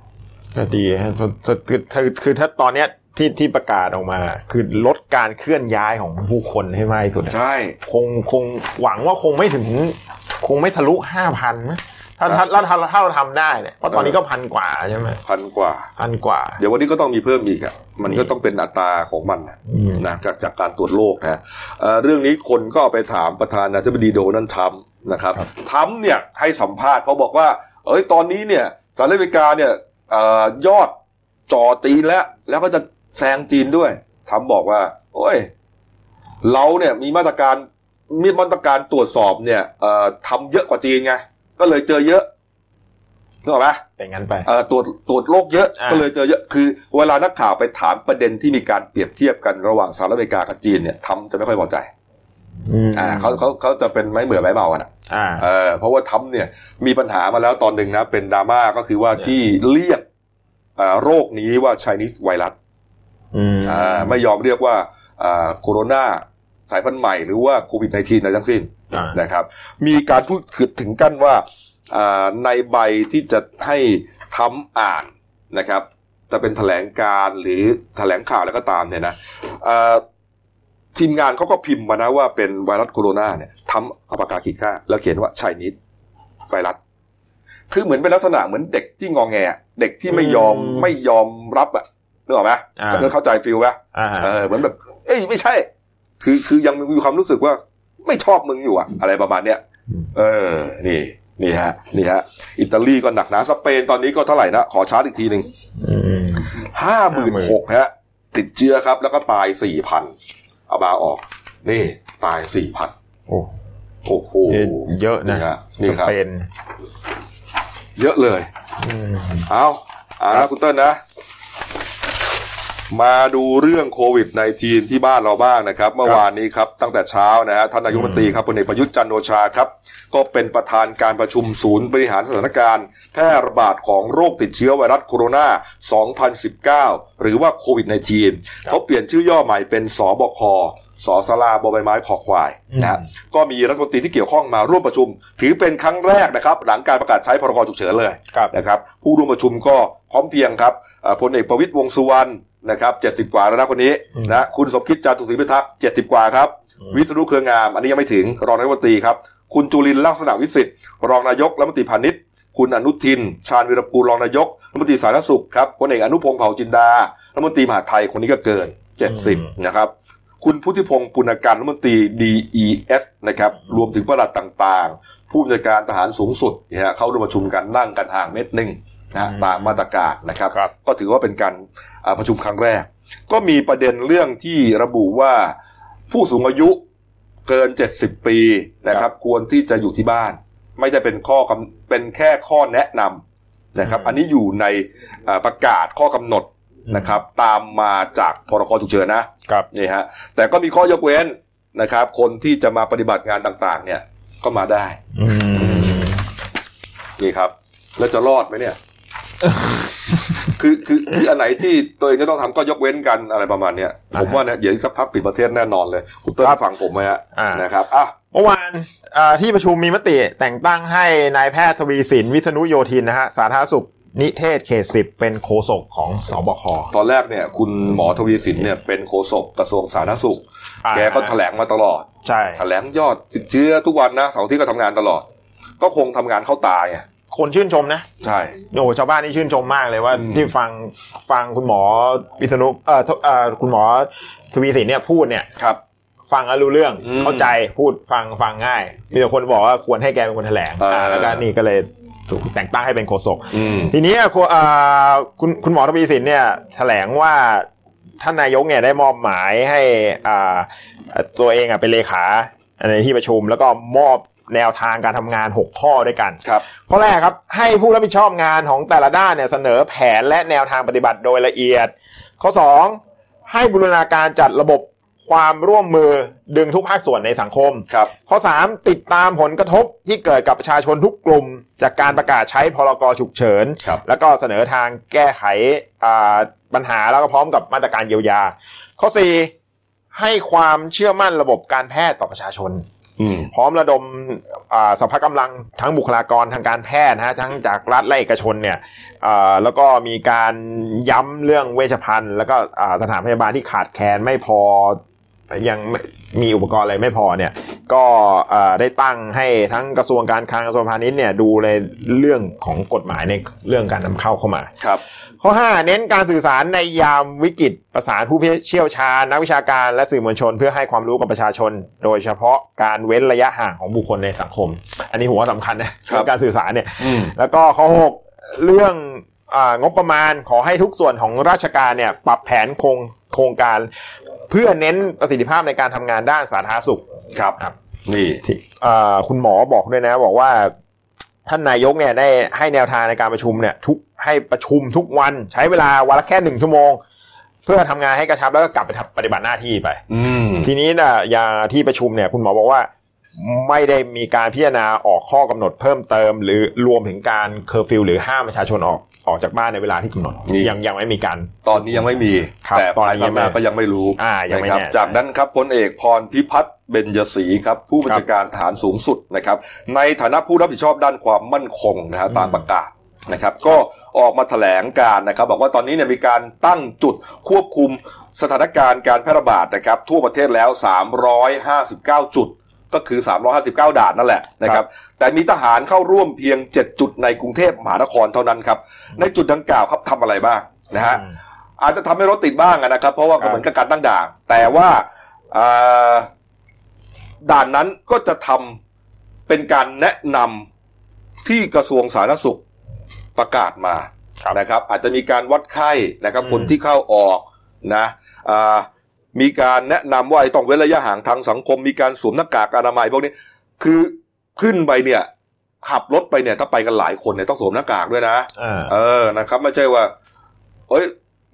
ก็ดีฮะคือคือคือคือถ้าตอนเนี้ยที่ที่ประกาศออกมา คือลดการเคลื่อนย้ายของผู้คนให้มากที่สุดอะ ใช่ คงคงหวังว่าคงไม่ถึง คงไม่ทะลุห้าพันถ้าถ้าถ้าถ้าเราทำได้เนี่ยเพราะตอนนี้ก็พันกว่าใช่ไหม พันกว่า พันกว่า เดี๋ยววันนี้ก็ต้องมีเพิ่มอีกอ่ะมันก็ต้องเป็นอัตราของมันนะ อืม นะจากจากการตรวจโรคนะเอ่อเรื่องนี้คนก็เอาไปถามประธานาธิบดีโดนัลด์ทรัมป์นะครับ ครับ ทรัมป์เนี่ยให้สัมภาษณ์เขาบอกว่า เอ้ยตอนนี้เนี่ยสหรัฐอเมริกาเนี่ยเอ่อยอดจ่อจีนแล้ว แล้วก็จะแซงจีนด้วยทรัมป์บอกว่า โอ้ย เราเนี่ยมีมาตรการมีมาตรการตรวจสอบเนี่ยเอ่อทำเยอะกว่าจีนไงก็เลยเจอเยอะนึกออกไหม แต่งั้นไป เอ่อตรวจตรวจโรคเยอะ อ่า ก็เลยเจอเยอะคือ เวลานักข่าวไปถามประเด็นที่มีการเปรียบเทียบกันระหว่างสหรัฐอเมริกากับจีนเนี่ยทำจะไม่ค่อยพอใจ ม อ่าเขาเขาเขาจะเป็นไม้เบื่อไม้เมากันอะ อ่า เออเพราะว่าทำเนี่ยมีปัญหามาแล้วตอนหนึ่งนะ เป็นดราม่าก็คือว่า เนี่ย ที่เรียกเอ่อโรคนี้ว่า Chinese ไวรัส อืม อ่าไม่ยอมเรียกว่าอ่าโคโรนาสายพันธุ์ใหม่หรือว่าโควิด -19 อะไรทั้งสิ้น อ่า นะครับมีการพูดถึงกันว่าอ่าในใบที่จะให้ทำอ่านนะครับ จะเป็นแถลงการหรือแถลงข่าวแล้วก็ตามเนี่ยนะอ่าทีมงานเขาก็พิมพ์มานะว่าเป็นไวรัสโคโรนาเนี่ยทำเอาปากกาขีดค่าแล้วเขียนว่าชายนิดไวรัสคือเหมือนเป็นลักษณะเหมือนเด็กที่งองแงอะเด็กที่ไม่ยอม อืม ไม่ยอมรับอ่ะนึกออกไหม อ่า เข้าใจฟิลไหม อ่า เออเหมือนแบบ เอ้ยไม่ใช่ คือคือยังมีความรู้สึกว่าไม่ชอบมึงอยู่อะอะไรประมาณเนี้ย อืม เออ นี่ นี่ฮะ นี่ฮะ อิตาลีก็หนักหนาสเปนตอนนี้ก็เท่าไหร่นะ ขอชาร์จอีกทีหนึ่ง อืม ห้าหมื่นหกฮะ ติดเชื้อครับ แล้วก็ตายสี่พันเอาบาร์ออก นี่ ตายสี่พัน โอ้ โอ้โห เยอะนะ ฮนี่ ส ครับ เปน เยอะเลย อืม เอาเอาละคุณเต้นนะ มาดูเรื่องโควิด -19 ที่บ้านเราบ้างนะครับ เมื่อวานนี้ครับ ตั้งแต่เช้านะฮะท่านนายกรัฐมนตรีครับพลเอกประยุทธ์จันทร์โอชาครับ ก็เป็นประธานการประชุมศูนย์บริหารสถานการณ์ แพร่ระบาดของโรคติดเชื้อไวรัสโคโรนา 2019 หรือว่าโควิด -19 เขาเปลี่ยนชื่อย่อใหม่เป็นสบคสอสลาบอใบไม้ขอควายนะฮะ อืม ก็มีรัฐมนตรีที่เกี่ยวข้องมาร่วมประชุม ถือเป็นครั้งแรกนะครับ หลังการประกาศใช้พรกฉุกเฉินเลย ครับ นะครับผู้ร่วมประชุมก็พร้อมเพรียงครับเอ่อพลเอกประวิตยวงษ์สุวรรณนะครับ 70 กว่าแล้วนะคนนี้ อืม นะคุณสมคิดจาตุศรีพิทักษ์70 กว่าครับ อืม วิศนุเครืองาม อันนี้ยังไม่ถึงรองนายกรัฐมนตรีครับ คุณจุลินทร์ลักษณะวิสิทธิ์รองนายกรัฐมนตรีพาณิชย์คุณอนุทิน ชาญวิรกูลรองนายกรัฐมนตรีสาธารณสุขครับพลเอกอนุพงษ์เผ่าจินดารัฐมนตรีมหาดไทยคนนี้ก็เกิน 70 นะครับ คุณพุทธิพงศ์ปุณการรัฐมนตรี DES นะครับรวมถึงประหลัดต่างๆ ผู้บัญชาการทหารสูงสุดเนี่ยฮะเข้าร่วมประชุมกันนั่งกันห่างเมตรหนึ่งนะฮะ อืม ตามมาตรการนะครับ ครับ ก็ถือว่าเป็นการอ่าประชุมครั้งแรก ก็มีประเด็นเรื่องที่ระบุว่าผู้สูงอายุเกิน 70 ปีนะครับ ควรที่จะอยู่ที่บ้าน ไม่ได้เป็นข้อกำเป็นแค่ข้อแนะนำนะครับ อันนี้อยู่ในอ่าประกาศข้อกำหนดนะครับ ตามมาจากพรกฉุกเฉินนะ ครับ นี่ฮะแต่ก็มีข้อยกเว้นนะครับ คนที่จะมาปฏิบัติงานต่างๆ เนี่ยก็มาได้ อืม นี่ครับ แล้วจะรอดไหมเนี่ย คือคือคืออันไหนที่ตัวเองจะต้องทำก็ยกเว้นกันอะไรประมาณเนี้ย อ่าฮะ ผมว่าเนี่ยเดี๋ยวอีกสักพักปิดประเทศแน่นอนเลยคุณเต้น ครับ ฟังผมไหมฮะ อ่าน นะครับอ่ะ เมื่อวานเอ่อที่ประชุมมีมติแต่งตั้งให้นายแพทย์ทวีสินวิษณุโยธินนะฮะสาธารณสุขนิเทศเขตสิบเป็นโฆษกของสบค ตอนแรกเนี่ยคุณหมอทวีสินเนี่ยเป็นโฆษกกระทรวงสาธารณสุข อ่า แกก็แถลงมาตลอด ใช่ แถลงยอดติดเชื้อทุกวันนะเสาร์อาที่ก็ทำงานตลอด ก็คงทำงานเข้าตายไง คนชื่นชมนะ ใช่ โอ้โหชาวบ้านนี่ชื่นชมมากเลยว่า อืม ที่ฟังฟังคุณหมอวิษณุเอ่อทเอ่อคุณหมอทวีสินเนี่ยพูดเนี่ย ครับ ฟังแล้วรู้เรื่อง อืม เข้าใจพูดฟังฟังง่าย มีแต่คนบอกว่าควรให้แกเป็นคนแถลง อ่า อ่าแล้วก็นี่ก็เลยถูกแต่งตั้งให้เป็นโฆษก อืม ทีนี้อ่ะคุณอ่าคุณคุณหมอทวีสินเนี่ยแถลงว่าท่านนายกเนี่ยได้มอบหมายให้อ่าตัวเองอ่ะเป็นเลขาในที่ประชุม แล้วก็มอบแนวทางการทำงาน 6 ข้อด้วยกัน ครับ ข้อแรกครับให้ผู้รับผิดชอบงานของแต่ละด้านเนี่ยเสนอแผนและแนวทางปฏิบัติโดยละเอียด ข้อ 2 ให้บูรณาการจัดระบบความร่วมมือดึงทุกภาคส่วนในสังคม ครับ ข้อ 3 ติดตามผลกระทบที่เกิดกับประชาชนทุกกลุ่ม จากการประกาศใช้พรกฉุกเฉิน ครับ แล้วก็เสนอทางแก้ไขอ่าปัญหาแล้วก็พร้อมกับมาตรการเยียวยา ข้อ 4 ให้ความเชื่อมั่นระบบการแพทย์ต่อประชาชน อืม พร้อมระดมอ่าสัพพะกำลังทั้งบุคลากรทางการแพทย์นะฮะทั้งจากรัฐและเอกชนเนี่ยอ่าแล้วก็มีการย้ำเรื่องเวชภัณฑ์ แล้วก็อ่าสถานพยาบาลที่ขาดแคลนไม่พอยังไม่มีอุปกรณ์อะไรไม่พอเนี่ยก็อ่าได้ตั้งให้ทั้งกระทรวงการคลังกระทรวงพาณิชย์เนี่ยดูในเรื่องของกฎหมายในเรื่องการนำเข้าเข้ามา ครับ ข้อ 5 เน้นการสื่อสารในยามวิกฤตประสานผู้เชี่ยวชาญ นักวิชาการและสื่อมวลชน เพื่อให้ความรู้กับประชาชน โดยเฉพาะการเว้นระยะห่างของบุคคลในสังคม อันนี้ผมว่าสำคัญนะครับ เองการสื่อสารเนี่ย อืม แล้วก็ข้อ 6 เรื่องอางบประมาณขอให้ทุกส่วนของราชการเนี่ยปรับแผนโครงโครงการ เพื่อเน้นประสิทธิภาพในการทำงานด้านสาธารณสุข ครับ ครับ นี่ ที่เอ่อคุณหมอบอกด้วยนะ บอกว่าท่านนายกเนี่ยได้ให้แนวทางในการประชุมเนี่ยทุกให้ประชุมทุกวันใช้เวลาวันละแค่หนึ่งชั่วโมง เพื่อทำงานให้กระชับแล้วก็กลับไปทำปฏิบัติหน้าที่ไป อืม ทีนี้นะอย่างที่ประชุมเนี่ยคุณหมอบอกว่าไม่ได้มีการพิจารณาออกข้อกำหนดเพิ่มเติม หรือรวมถึงการเคอร์ฟิวหรือห้ามประชาชนออกออกจากบ้านในเวลาที่กำหนด นี่ ยังยังไม่มีการ ตอนนี้ยังไม่มี ครับ แต่ ตอน ภาย นี้ ข้างหน้า ยังไม่ ก็ยังไม่รู้ อ่ายังไม่ นะครับ แน่ จากนั้นครับพลเอกพรพิพัฒน์เบญยศรีครับ ผู้บัญชาการฐานสูงสุดนะครับ ในฐานะผู้รับผิดชอบด้านความมั่นคงนะฮะ อืม ตามประกาศนะครับ ก็ออกมาแถลงการนะครับ บอกว่าตอนนี้เนี่ยมีการตั้งจุดควบคุมสถานการณ์การแพร่ระบาดนะครับ ทั่วประเทศแล้ว 359 จุด ก็คือ 359 ด่านนั่นแหละนะครับ แต่มีทหารเข้าร่วมเพียง 7 จุดในกรุงเทพมหานครเท่านั้นครับ ในจุดดังกล่าวครับทำอะไรบ้างนะฮะ อาจจะทำให้รถติดบ้างอะนะครับ เพราะว่า ครับ เหมือนกับการตั้งด่านแต่ว่าเอ่อด่านนั้นก็จะทำเป็นการแนะนำที่กระทรวงสาธารณสุขประกาศมา ครับ นะครับ อาจจะมีการวัดไข้นะครับ อืม คนที่เข้าออกนะเอ่อมีการแนะนำว่าไอ้ต้องเว้นระยะห่างทางสังคม มีการสวมหน้ากากอนามัยพวกนี้คือขึ้นไปเนี่ย ขับรถไปเนี่ยถ้าไปกันหลายคนเนี่ยต้องสวมหน้ากากด้วยนะ อ่า เออ นะครับ ไม่ใช่ว่า เอ้ย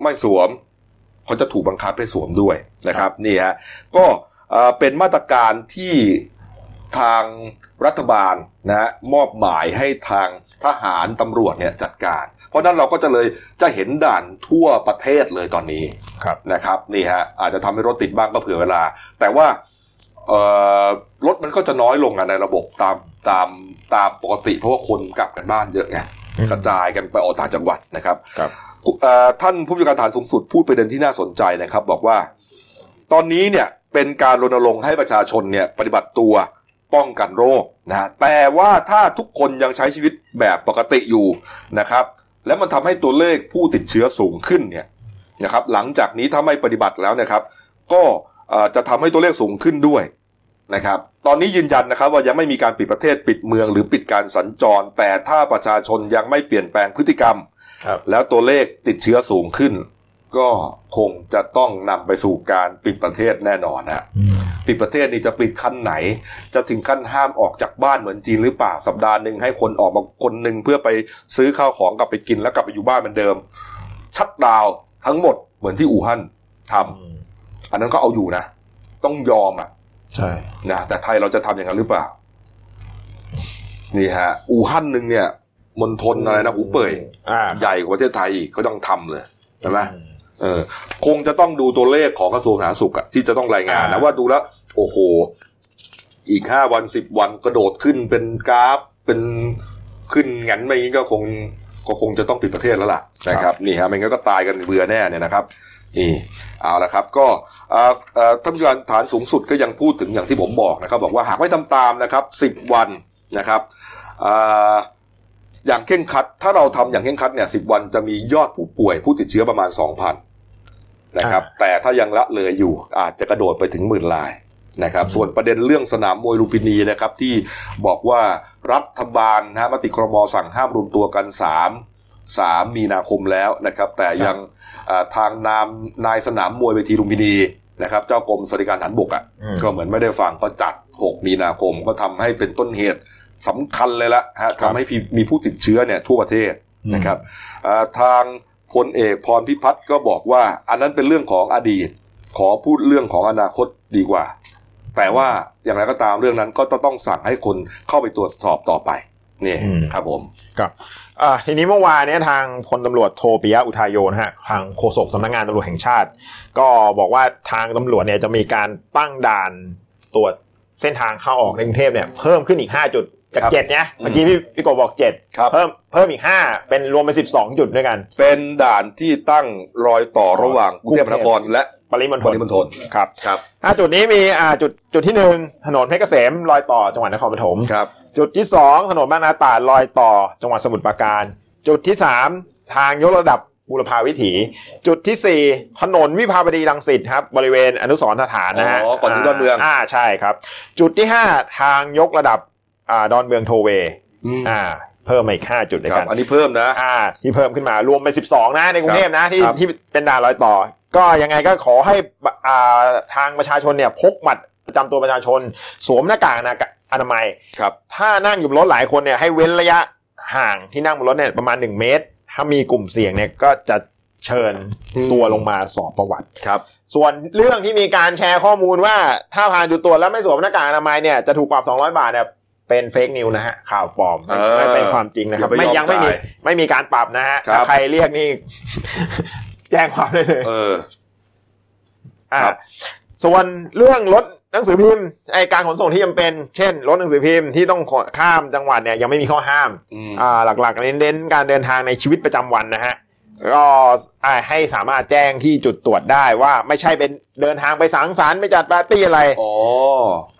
ไม่สวม เขาจะถูกบังคับให้สวมด้วยนะครับ นี่ฮะ ก็เอ่อเป็นมาตรการที่ทางรัฐบาลนะฮะมอบหมายให้ทางทหารตำรวจเนี่ยจัดการ เพราะนั้นเราก็จะเลยจะเห็นด่านทั่วประเทศเลยตอนนี้ ครับ นะครับ นี่ฮะ อาจจะทำให้รถติดบ้างก็เผื่อเวลา แต่ว่าเอ่อรถมันก็จะน้อยลงอะในระบบตามตามตามปกติ เพราะว่าคนกลับกันบ้านเยอะไง กระจายกันไปออกต่างจังหวัดนะครับ ครับ เอ่อท่านผู้บัญชาการฐานสูงสุดพูดประเด็นที่น่าสนใจนะครับ บอกว่า ตอนนี้เนี่ยเป็นการรณรงค์ให้ประชาชนเนี่ยปฏิบัติตัวป้องกันโรคนะฮะแต่ว่าถ้าทุกคนยังใช้ชีวิตแบบปกติอยู่นะครับ และมันทำให้ตัวเลขผู้ติดเชื้อสูงขึ้นเนี่ยนะครับ หลังจากนี้ถ้าไม่ปฏิบัติแล้วนะครับ ก็เอ่อจะทำให้ตัวเลขสูงขึ้นด้วยนะครับ ตอนนี้ยืนยันนะครับว่ายังไม่มีการปิดประเทศปิดเมืองหรือปิดการสัญจร แต่ถ้าประชาชนยังไม่เปลี่ยนแปลงพฤติกรรม ครับ แล้วตัวเลขติดเชื้อสูงขึ้น ก็คงจะต้องนำไปสู่การปิดประเทศแน่นอนฮะ ปิดประเทศนี่จะปิดขั้นไหน จะถึงขั้นห้ามออกจากบ้านเหมือนจีนหรือเปล่าสัปดาห์หนึ่งให้คนออกมาคนหนึ่งเพื่อไปซื้อข้าวของกลับไปกินแล้วกลับไปอยู่บ้านเหมือนเดิม ชัดดาวน์ทั้งหมดเหมือนที่อู่ฮั่นทำอันนั้นก็เอาอยู่นะ ต้องยอมอ่ะ ใช่ นะแต่ไทยเราจะทำอย่างนั้นหรือเปล่า นี่ฮะ อู่ฮั่นหนึ่งเนี่ยมณฑลอะไรนะอูเป่ย อ่า ใหญ่กว่าประเทศไทยอีกเขาต้องทำเลยใช่ไหม เออคงจะต้องดูตัวเลขของกระทรวงสาธารณสุขอะที่จะต้องรายงานนะ อ่า ว่าดูแล้ว โอ้โห อีกห้าวันสิบวันกระโดดขึ้นเป็นกราฟเป็นขึ้นงั้นไปอย่างนี้ก็คงก็คงจะต้องปิดประเทศแล้วล่ะนะครับนี่ฮะไม่งั้นก็ตายกันเบื่อแน่เนี่ยนะครับนี่เอาละครับ ก็เอ่อเอ่อท่านผู้การฐานสูงสุดก็ยังพูดถึงอย่างที่ผมบอกนะครับ บอกว่าหากไม่ทำตามนะครับสิบวันนะครับเอ่อ อย่างเคร่งครัด ถ้าเราทำอย่างเคร่งครัดเนี่ยสิบวันจะมียอดผู้ป่วยผู้ติดเชื้อประมาณสองพันนะครับ แต่ถ้ายังละเลยอยู่อาจจะกระโดดไปถึงหมื่นลายนะครับ ส่วนประเด็นเรื่องสนามมวยลุมพินีนะครับที่บอกว่ารัฐบาลนะฮะมติครมสั่งห้ามรวมตัวกันสามสามมีนาคมแล้วนะครับ แต่ยังอ่าทางนามนายสนามมวยเวทีลุมพินีนะครับเจ้ากรมสวัสดิการทหารบกอ่ะ อืม ก็เหมือนไม่ได้ฟังก็จัด 6 มีนาคมก็ทำให้เป็นต้นเหตุสำคัญเลยละฮะ ครับ ทำให้มีผู้ติดเชื้อเนี่ยทั่วประเทศนะครับอ่าทางพลเอกพรพิพัฒน์ก็บอกว่า อันนั้นเป็นเรื่องของอดีต ขอพูดเรื่องของอนาคตดีกว่า แต่ว่าอย่างไรก็ตามเรื่องนั้นก็ต้องสั่งให้คนเข้าไปตรวจสอบต่อไปนี่ อืม ครับผม อ่าทีนี้เมื่อวานเนี่ยทางพลตำรวจโทปิยะอุทายโยนะฮะทางโฆษกสำนักงานตำรวจแห่งชาติ ก็บอกว่าทางตำรวจเนี่ยจะมีการตั้งด่านตรวจเส้นทางเข้าออกในกรุงเทพเนี่ยเพิ่มขึ้นอีก 5 จุดจาก ครับ เจ็ดเนี่ยเมื่อกี้พี่พี่กบบอกเจ็ด ครับ เพิ่มเพิ่มอีก 5 เป็นรวมเป็น 12 จุดด้วยกัน เป็นด่านที่ตั้งรอยต่อระหว่างกรุงเทพมหานครและ ปริมณฑ ป ล ริมณฑล ครับ ครับ อ่าจุดนี้มีอ่าจุดจุดที่หนึ่งถนนเพชรเกษมรอยต่อจังหวัดนครปฐม ครับ จุดที่ 2 ถนนบางนาตราดลอยต่อ จังหวัดสมุทรปราการ จุดที่ 3 ทางยกระดับบุรพาวิถี จุดที่ 4 ถนนวิภาวดีรังสิตครับ บริเวณอนุสรณ์สถานนะฮะ อ๋อก่อนถึงดอนเมือง อ่าใช่ครับ จุดที่ 5 ทางยกระดับอ่าดอนเมืองโทเวย์ อืม อ่า เพิ่มมาอีก 5 จุดด้วย ครั กับ น อันนี้เพิ่มนะ อ่าที่เพิ่มขึ้นมารวมเป็น 12 นะในกรุงเทพนะที่ ครับ ที่เป็นด่านลอยต่อ ก็ยังไงก็ขอให้อ่าทางประชาชนเนี่ยพกบัตรประจำตัวประชาชน สวมหน้ากากอนาอนามัย ครับ ถ้านั่งอยู่บนรถหลายคนเนี่ยให้เว้นระยะห่างที่นั่งบนรถเนี่ยประมาณ 1 เมตร ถ้ามีกลุ่มเสี่ยงเนี่ยก็จะเชิญตัวลงมาสอบประวัติ ครับ ส่วนเรื่องที่มีการแชร์ข้อมูลว่า ถ้าผ่านจุดตรวจแล้วไม่สวมหน้ากากอนามัยเนี่ยจะถูกปรับ 200 บาทเนี่ยเป็นเฟกนิวส์นะฮะข่าวปลอมไม่ เออ ไม่เป็นความจริงนะครับ อย่าไป ไม่ ยอม ยังไม่มี จ่าย ไม่มีการปรับนะฮะ ครับ ถ้าใครเรียกนี่ แจ้งความได้เลย เออ อ่า ครับ ส่วนเรื่องรถหนังสือพิมพ์ไอการขนส่งที่จำเป็น เช่นรถหนังสือพิมพ์ที่ต้องขอข้ามจังหวัดเนี่ยยังไม่มีข้อห้าม อืม อ่าหลักๆเน้นเน้นการเดินทางในชีวิตประจำวันนะฮะก็อ่าให้สามารถแจ้งที่จุดตรวจได้ว่าไม่ใช่เป็นเดินทางไปสังสรรค์ไปจัดปาร์ตี้อะไร อ๋อ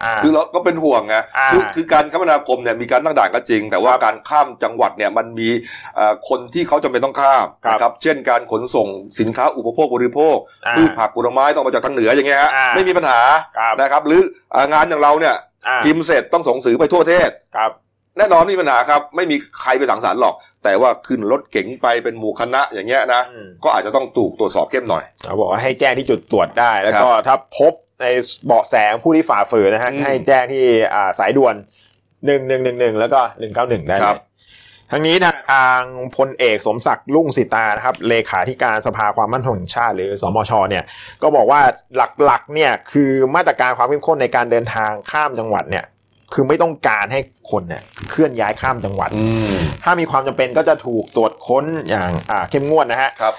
อ่า คือเราก็เป็นห่วงไง อ่า คือคือการคมนาคมเนี่ยมีการตั้งด่านก็จริง แต่ว่า ครับ การข้ามจังหวัดเนี่ยมันมีเอ่อคนที่เขาจำเป็นต้องข้าม ครับ นะครับ เช่นการขนส่งสินค้าอุปโภคบริโภค อ่า พืชผักผลไม้ต้องมาจากทางเหนืออย่างเงี้ยฮะ อ่า ไม่มีปัญหา ครับ นะครับ หรือเอ่องานอย่างเราเนี่ย อ่า พิมพ์เสร็จต้องส่งสื่อไปทั่วประเทศ ครับ แน่นอนไม่มีปัญหาครับ ไม่มีใครไปสังสรรค์หรอก แต่ว่าขึ้นรถเก๋งไปเป็นหมู่คณะอย่างเงี้ยนะ อืม ก็อาจจะต้องถูกตรวจสอบเข้มหน่อย เขาบอกว่าให้แจ้งที่จุดตรวจได้ แล้วก็ถ้าพบในเบาะแสของผู้ที่ฝ่าฝืนนะฮะ อืม ให้แจ้งที่อ่าสายด่วนหนึ่งหนึ่งหนึ่งหนึ่งแล้วก็หนึ่งเก้าหนึ่งได้เล ครั ย บ ทั้งนี้นะทางพลเอกสมศักดิ์ลุ่งสิตานะครับ เลขาธิการสภาความมั่นคงแห่งชาติหรือสมชเนี่ยก็บอกว่าหลักๆเนี่ยคือมาตรการความเข้มข้นในการเดินทางข้ามจังหวัดเนี่ยคือไม่ต้องการให้คนเนี่ยเคลื่อนย้ายข้ามจังหวัด อืม ถ้ามีความจำเป็นก็จะถูกตรวจค้นอย่างอ่าเข้มงวดนะฮะ ครับ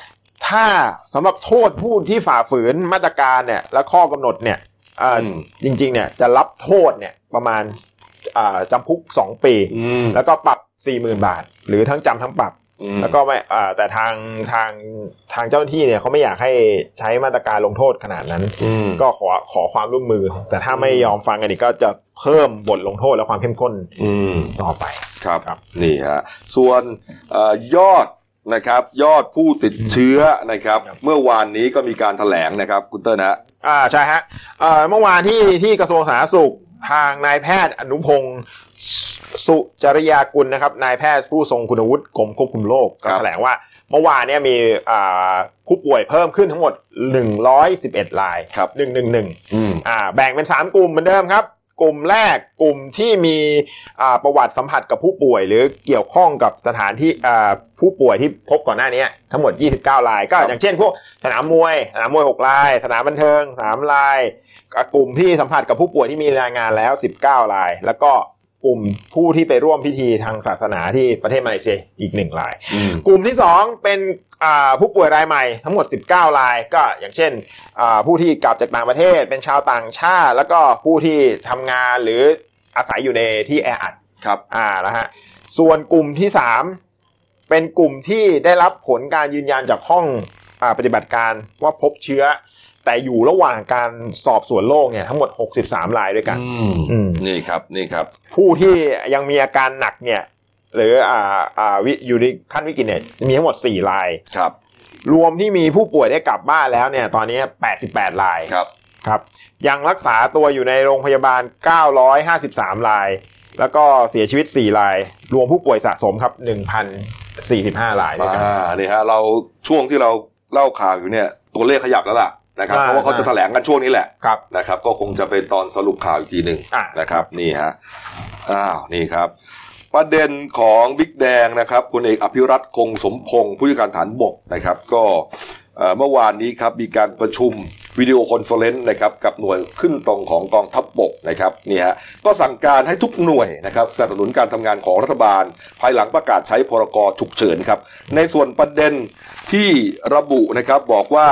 ถ้าสำหรับโทษผู้ที่ฝ่าฝืนมาตรการเนี่ยและข้อกำหนดเนี่ยเอ่ออ ม จริงๆเนี่ยจะรับโทษเนี่ยประมาณอ่าจำคุก 2 ปี อืม แล้วก็ปรับ 40,000 บาท หรือทั้งจำทั้งปรับ อืม แล้วก็ไม่อ่าแต่ทางทางทางเจ้าหน้าที่เนี่ยเขาไม่อยากให้ใช้มาตรการลงโทษขนาดนั้น อืม ก็ขอขอความร่วมมือ แต่ถ้าไม่ อืม ยอมฟังกันอีกก็จะเพิ่มบทลงโทษและความเข้มข้น อืม ต่อไป ครับ ครับ นี่ฮะส่วนเออยอดนะครับยอดผู้ติดเชื้อนะครับ ครับ เมื่อวานนี้ก็มีการแถลงนะครับคุณเติ้ลฮะ อ่าใช่ฮะเอ่อเมื่อวานที่ที่กระทรวงสาธารณสุขทางนายแพทย์อนุพงศ์สุจริยากุลนะครับนายแพทย์ผู้ทรงคุณวุฒิกรมควบคุมโรค ครั ก็ บ แถลงว่าเมื่อวานเนี่ยมีอ่าผู้ป่วยเพิ่มขึ้นทั้งหมด 111ราย ครับ 111 อืม อ่าแบ่งเป็น 3 กลุ่มเหมือนเดิมครับ กลุ่มแรกกลุ่มที่มีอ่าประวัติสัมผัสกับผู้ป่วย หรือเกี่ยวข้องกับสถานที่อ่าผู้ป่วยที่พบก่อนหน้านี้ทั้งหมด 29 ราย ก็ ครับ อย่างเช่นพวกสนามมวยสนามมวย 6 ราย สนามบันเทิง 3 รายอ่ะกลุ่มที่สัมผัสกับผู้ป่วยที่มีรายงานแล้ว 19 ราย แล้วก็กลุ่มผู้ที่ไปร่วมพิธีทางศาสนาที่ประเทศมาเลเซียอีกหนึ่งราย อืม กลุ่มที่ 2 เป็นอ่าผู้ป่วยรายใหม่ทั้งหมด 19 รายก็อย่างเช่นอ่าผู้ที่กลับจากต่างประเทศเป็นชาวต่างชาติ แล้วก็ผู้ที่ทำงานหรืออาศัยอยู่ในที่แออัด ครับ อ่านะฮะส่วนกลุ่มที่ 3 เป็นกลุ่มที่ได้รับผลการยืนยันจากห้องอาปฏิบัติการว่าพบเชื้อ แต่อยู่ระหว่างการสอบสวนโรคเนี่ยทั้งหมด 63 รายด้วยกัน อืม อืม นี่ครับนี่ครับ ผู้ที่ยังมีอาการหนักเนี่ย หรืออ่าอ่าวิอยู่ในขั้นวิกฤตเนี่ยมีทั้งหมด 4 ราย ครับ รวมที่มีผู้ป่วยได้กลับบ้านแล้วเนี่ยตอนนี้ 88 ราย ครับ ครับยังรักษาตัวอยู่ในโรงพยาบาล 953 ราย แล้วก็เสียชีวิต 4 ราย รวมผู้ป่วยสะสมครับ 1,045 รายด้วยกัน อ่านี่ฮะเราช่วงที่เราเล่าข่าวอยู่เนี่ยตัวเลขขยับแล้วล่ะนะครับ ใช่ เพราะว่าเขาจะแถลงกันช่วงนี้แหละ ครับ นะครับ ก็คงจะเป็นตอนสรุปข่าวอีกทีหนึ่ง อ่ะ นะครับนี่ฮะอ้าวนี่ครับ ประเด็นของบิ๊กแดงนะครับคุณเอกอภิรัตคงสมพงศ์ผู้จัดการฐานบกนะครับ ก็เอ่อเมื่อวานนี้ครับมีการประชุมวิดีโอคอนเฟอเรนซ์นะครับกับหน่วยขึ้นตรงของกองทัพบบกนะครับนี่ฮะก็สั่งการให้ทุกหน่วยนะครับสนับสนุนการทำงานของรัฐบาล ภายหลังประกาศใช้พรกฉุกเฉินครับ ในส่วนประเด็นที่ระบุนะครับบอกว่า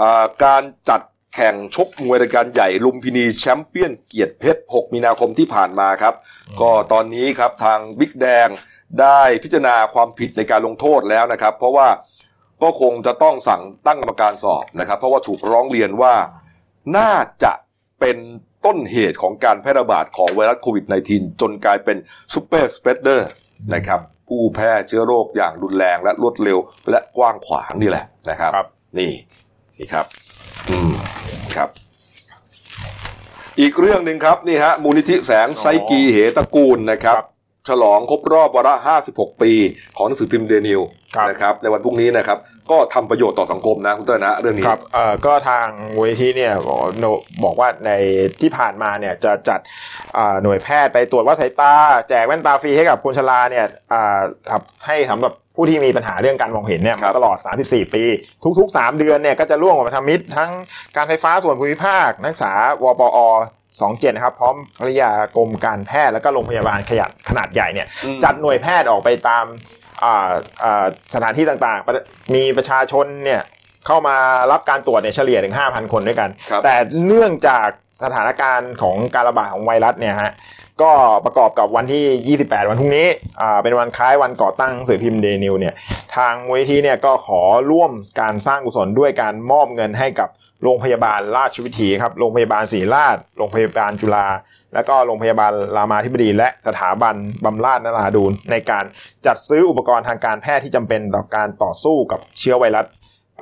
อ่าการจัดแข่งชกมวยรายการใหญ่ลุมพินีแชมเปี้ยนเกียรติเพชร 6 มีนาคมที่ผ่านมาครับ ก็ตอนนี้ครับทางบิ๊กแดงได้พิจารณาความผิดในการลงโทษแล้วนะครับ เพราะว่าก็คงจะต้องสั่งตั้งกรรมการสอบนะครับ เพราะว่าถูกร้องเรียนว่าน่าจะเป็นต้นเหตุของการแพร่ระบาดของไวรัสโควิด -19 จนกลายเป็นซูเปอร์สเปรดเดอร์ นะครับผู้แพร่เชื้อโรคอย่างรุนแรงและรวดเร็วและกว้างขวางนี่แหละนะครับ ครับ นี่นี่ครับ อืมครับ อีกเรื่องหนึ่งครับนี่ฮะมูลนิธิแสงไซกีเหตระกูลนะครับ ครับ ฉลองครบรอบวาระ 56 ปี ของหนังสือพิมพ์เดนิว ครับ นะครับ ในวันพรุ่งนี้นะครับ ก็ทำประโยชน์ต่อสังคมนะคุณเต้ยนะเรื่องนี้ ครับเอ่อก็ทางมูลนิธิเนี่ยบอกบอกว่าในที่ผ่านมาเนี่ยจะจัดอ่าหน่วยแพทย์ไปตรวจวัดสายตา แจกแว่นตาฟรีให้กับคนชราเนี่ยอ่าครับให้สำหรับผู้ที่มีปัญหาเรื่องการมองเห็นเนี่ย ครั มา บ ตลอด 34 ปี ทุก ๆ 3 เดือนเนี่ยก็จะร่วมกับพันธมิตรทั้งการไฟฟ้าส่วนภูมิภาค นักศึกษาวปอ 27 นะครับ พร้อมภริยากรมการแพทย์แล้วก็โรงพยาบาลขยะขนาดใหญ่เนี่ย อืม จัดหน่วยแพทย์ออกไปตามอ่าอ่าสถานที่ต่างๆประมีประชาชนเนี่ยเข้ามารับการตรวจเนี่ยเฉลี่ยถึง 5,000 คนด้วยกัน ครับ แต่เนื่องจากสถานการณ์ของการระบาดของไวรัสเนี่ยฮะก็ประกอบกับวันที่ 28 วันพรุ่งนี้อ่าเป็นวันคล้ายวันก่อตั้งหนังสื่อพิมพ์เดนิวเนี่ยทางมูลนิธิเนี่ยก็ขอร่วมการสร้างกุศลด้วยการมอบเงินให้กับโรงพยาบาลราชวิถีครับโรงพยาบาลศรีราชโรงพยาบาลจุฬา แล้วก็โรงพยาบาลรามาธิบดี และสถาบันบำราศนราดูนในการจัดซื้ออุปกรณ์ทางการแพทย์ที่จำเป็นต่อการต่อสู้กับเชื้อไวรัส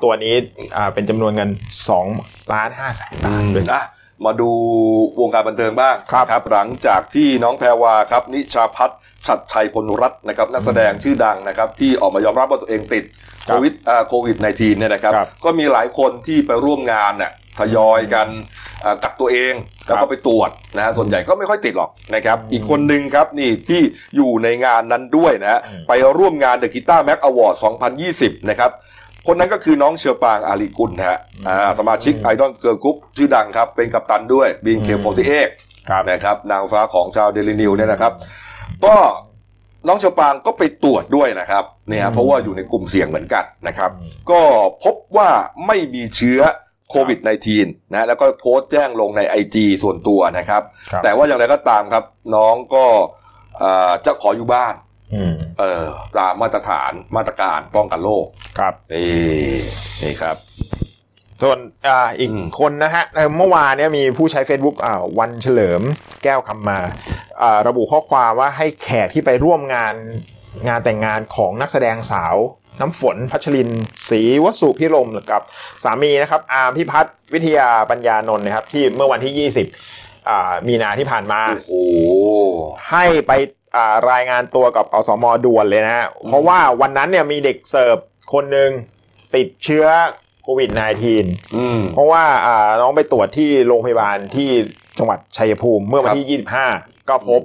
ตัวนี้อ่าเป็นจำนวนเงิน2ล้าน5แสนบาทด้วย อ่ะมาดูวงการบันเทิงบ้าง ครับ ครับ หลังจากที่น้องแพรวาครับ นิชาพัฒน์ชัดชัยพลรัตน์นะครับ นักแสดงชื่อดังนะครับ ที่ออกมายอมรับว่าตัวเองติด ค โครับ วิดอ่าโควิด -19 เนี่ยนะครับ ครับ ก็มีหลายคนที่ไปร่วมงานน่ะทยอยกันอ่ากักตัวเอง แล้ว ครั ก็ บ ไปตรวจนะฮะส่วนใหญ่ก็ไม่ค่อยติดหรอกนะครับ อืม อีกคนนึงครับนี่ที่อยู่ในงานนั้นด้วยนะฮะ อืม ไปร่วมงานเดอะกีตาร์แม็กอวอร์ด2020 นะครับ คนนั้นก็คือน้องเชอปางอาลีกุลนะฮะอ่าสมาชิกไอดอลเกิร์ลกรุ๊ปชื่อดังครับ เป็นกัปตันด้วยบีนเคโฟติเอก ครับ นะครับ นางฟ้าของชาวเดลินิวเนี่ยนะครับ ก็น้องเชอปางก็ไปตรวจด้วยนะครับเนี่ยฮะเพราะว่าอยู่ในกลุ่มเสี่ยงเหมือนกันนะครับ ก็พบว่าไม่มีเชื้อโควิด -19 นะแล้วก็โพสต์แจ้งลงในไอจส่วนตัวนะครับ ครับ แต่ว่าอย่างไรก็ตามครับ น้องก็อ่าจะขออยู่บ้าน อืม เออตามมาตรฐานมาตรการป้องกันโรค ครับ นี่นี่ครับ ส่วนอ่าอีก อืม คนนะฮะเอ่อเมื่อวานเนี่ยมีผู้ใช้ Facebook อ่าวันเฉลิมแก้วคำมาอ่าระบุข้อความว่าให้แขกที่ไปร่วมงานงานแต่งงานของนักแสดงสาว น้ำฝนพัชรินศรีวสุพิรมกับสามีนะครับ อาร์มพิพัฒน์วิทยาปัญญานนท์นะครับ ที่เมื่อวันที่ 20อ่ามีนาที่ผ่านมา โอ้โห ให้ไปอ่ารายงานตัวกับอสมด่วนเลยนะฮะ เพราะว่าวันนั้นเนี่ยมีเด็กเสิร์ฟคนหนึ่งติดเชื้อโควิด -19 อืม เพราะว่าอ่าน้องไปตรวจที่โรงพยาบาลที่จังหวัดชัยภูมิ เมื่อวัน ครับ ที่ 25 ก็พบ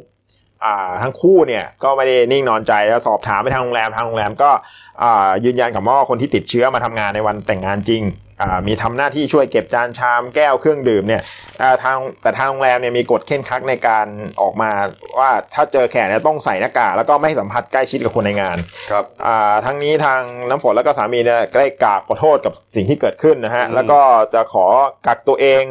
อ่าทั้งคู่เนี่ยก็ไม่ได้นิ่งนอนใจแล้วสอบถามไปทางโรงแรมทางโรงแรมก็อ่ายืนยันกับหมอคนที่ติดเชื้อมาทำงานในวันแต่งงานจริงอ่ามีทำหน้าที่ช่วยเก็บจานชามแก้วเครื่องดื่มเนี่ย อ่าทางแต่ทางโรงแรมเนี่ยมีกฎเข้มขัดในการออกมาว่าถ้าเจอแขกเนี่ยต้องใส่หน้ากากแล้วก็ไม่สัมผัสใกล้ชิดกับคนในงาน ครับ อ่าทั้งนี้ทางน้ำฝนแล้วก็สามีเนี่ยได้กราบขอโทษกับสิ่งที่เกิดขึ้นนะฮะ อืม แล้วก็จะขอกักตัวเอง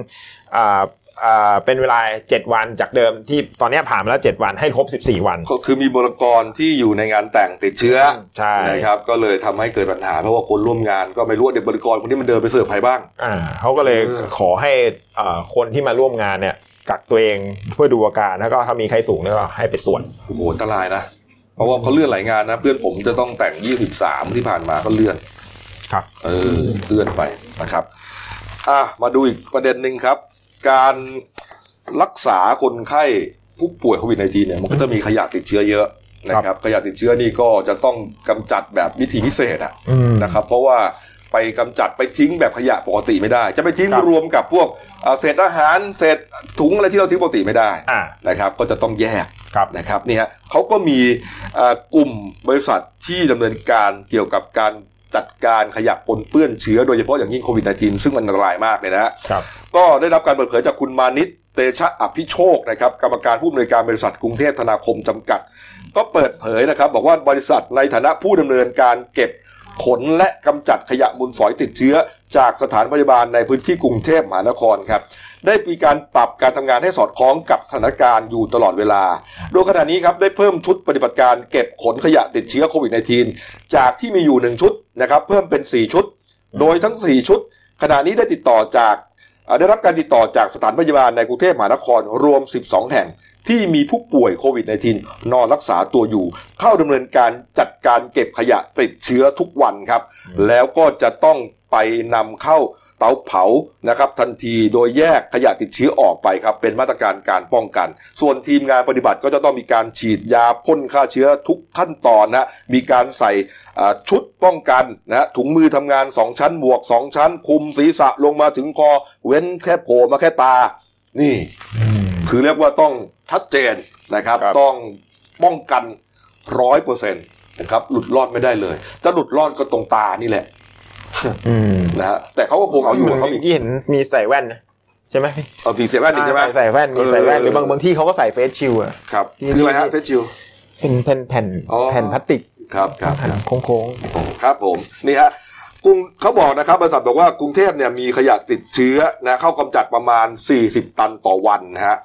อ่าอ่าเป็นเวลา 7 วันจากเดิมที่ตอนเนี้ยผ่านมาแล้ว 7 วันให้ครบ 14 วัน ก็คือมีบุรกรที่อยู่ในงานแต่งติดเชื้อ ใช่ นะครับ ก็เลยทำให้เกิดปัญหา เพราะว่าคนร่วมงานก็ไม่รู้ว่าเด็กบริกรคนนี้มันเดินไปเสิร์ฟใครบ้าง อ่าเขาก็เลย เออ ขอให้อ่าคนที่มาร่วมงานเนี่ยกักตัวเองเพื่อดูอาการแล้วก็ถ้ามีใครสูงเนี่ยก็ให้ไปตรวจ โอ้โหอันตรายนะ เพราะว่าเขาเลื่อนหลายงานนะ เพื่อนผมจะต้องแต่งยี่สิบสามที่ผ่านมาก็เลื่อน ครับ เออเลื่อนไปนะครับ อ่ะมาดูอีกประเด็นหนึ่งครับ การรักษาคนไข้ผู้ป่วยโควิด -19 เนี่ยมันก็จะมีขยะติดเชื้อเยอะนะครับ ขยะติดเชื้อนี่ก็จะต้องกำจัดแบบวิธีพิเศษอะ อืม นะครับ เพราะว่าไปกำจัดไปทิ้งแบบขยะปกติไม่ได้ จะไปทิ้ง ครับ รวมกับพวกเอ่อเศษอาหารเศษถุงอะไรที่เราทิ้งปกติไม่ได้ อ่า นะครับก็จะต้องแยก ครับ นะครับนี่ฮะเขาก็มีเอ่อกลุ่มบริษัทที่ดำเนินการเกี่ยวกับการจัดการขยะปนเปื้อนเชื้อโดยเฉพาะอย่างยิ่งโควิด -19 ซึ่งมันอันตรายมากเลยนะฮะ ครับ ก็ได้รับการเปิดเผยจากคุณมานิตเตชะอภิโชคนะครับกรรมการผู้อำนวยการบริษัทกรุงเทพธนาคมจำกัด ก็เปิดเผยนะครับ บอกว่าบริษัทในฐานะผู้ดำเนินการเก็บขนและกำจัดขยะมูลฝอยติดเชื้อ จากสถานพยาบาลในพื้นที่กรุงเทพมหานครครับ ได้มีการปรับการทำงานให้สอดคล้องกับสถานการณ์อยู่ตลอดเวลา โดยขณะนี้ครับได้เพิ่มชุดปฏิบัติการเก็บขนขยะติดเชื้อโควิด -19 จากที่มีอยู่ 1 ชุดนะครับ เพิ่มเป็น 4 ชุด โดยทั้ง 4 ชุด ขณะนี้ได้ติดต่อจากเอ่อได้รับการติดต่อจากสถานพยาบาลในกรุงเทพมหานครรวม 12 แห่ง ที่มีผู้ป่วยโควิด -19 นอนรักษาตัวอยู่ เข้าดำเนินการจัดการเก็บขยะติดเชื้อทุกวันครับ แล้วก็จะต้องไปนำเข้าเตาเผานะครับ ทันทีโดยแยกขยะติดเชื้อออกไปครับ เป็นมาตรการการป้องกัน ส่วนทีมงานปฏิบัติก็จะต้องมีการฉีดยาพ่นฆ่าเชื้อทุกขั้นตอนนะมีการใส่อ่าชุดป้องกันนะถุงมือทำงาน 2 ชั้นบวก 2 ชั้นคลุมศีรษะลงมาถึงคอ เว้นแค่โผล่มาแค่ตา นี่ อืม คือเรียกว่าต้องชัดเจนนะครับ ครับ ต้องป้องกันร้อยเปอร์เซ็นต์นะครับ หลุดรอดไม่ได้เลยจะหลุดรอดก็ตรงตานี่แหละ อืม นะฮะแต่เขาก็คงเอาอยู่ของเขาอีก ที่เห็นมีใส่แว่นนะใช่ไหมพี่ เอาสีเสียแว่นอีกใช่ไหม อ่าใส่แว่นมีใส่แว่เอนอ หรือบางบางที่เขาก็ใส่เฟซชิลอะ ครับ ที่ คืออะไรฮะ ที่ เฟซชิล เป็นแผ่นแผ่น อ๋อ แผ่นพลาสติก ครับครับ แผ่นโค้ง ครับผมนี่ฮะกรุงเขาบอกนะครับบริษัทบอกว่ากรุงเทพเนี่ยมีขยะติดเชื้อนะเข้ากำจัดประมาณ 40 ตันต่อวันนะฮะ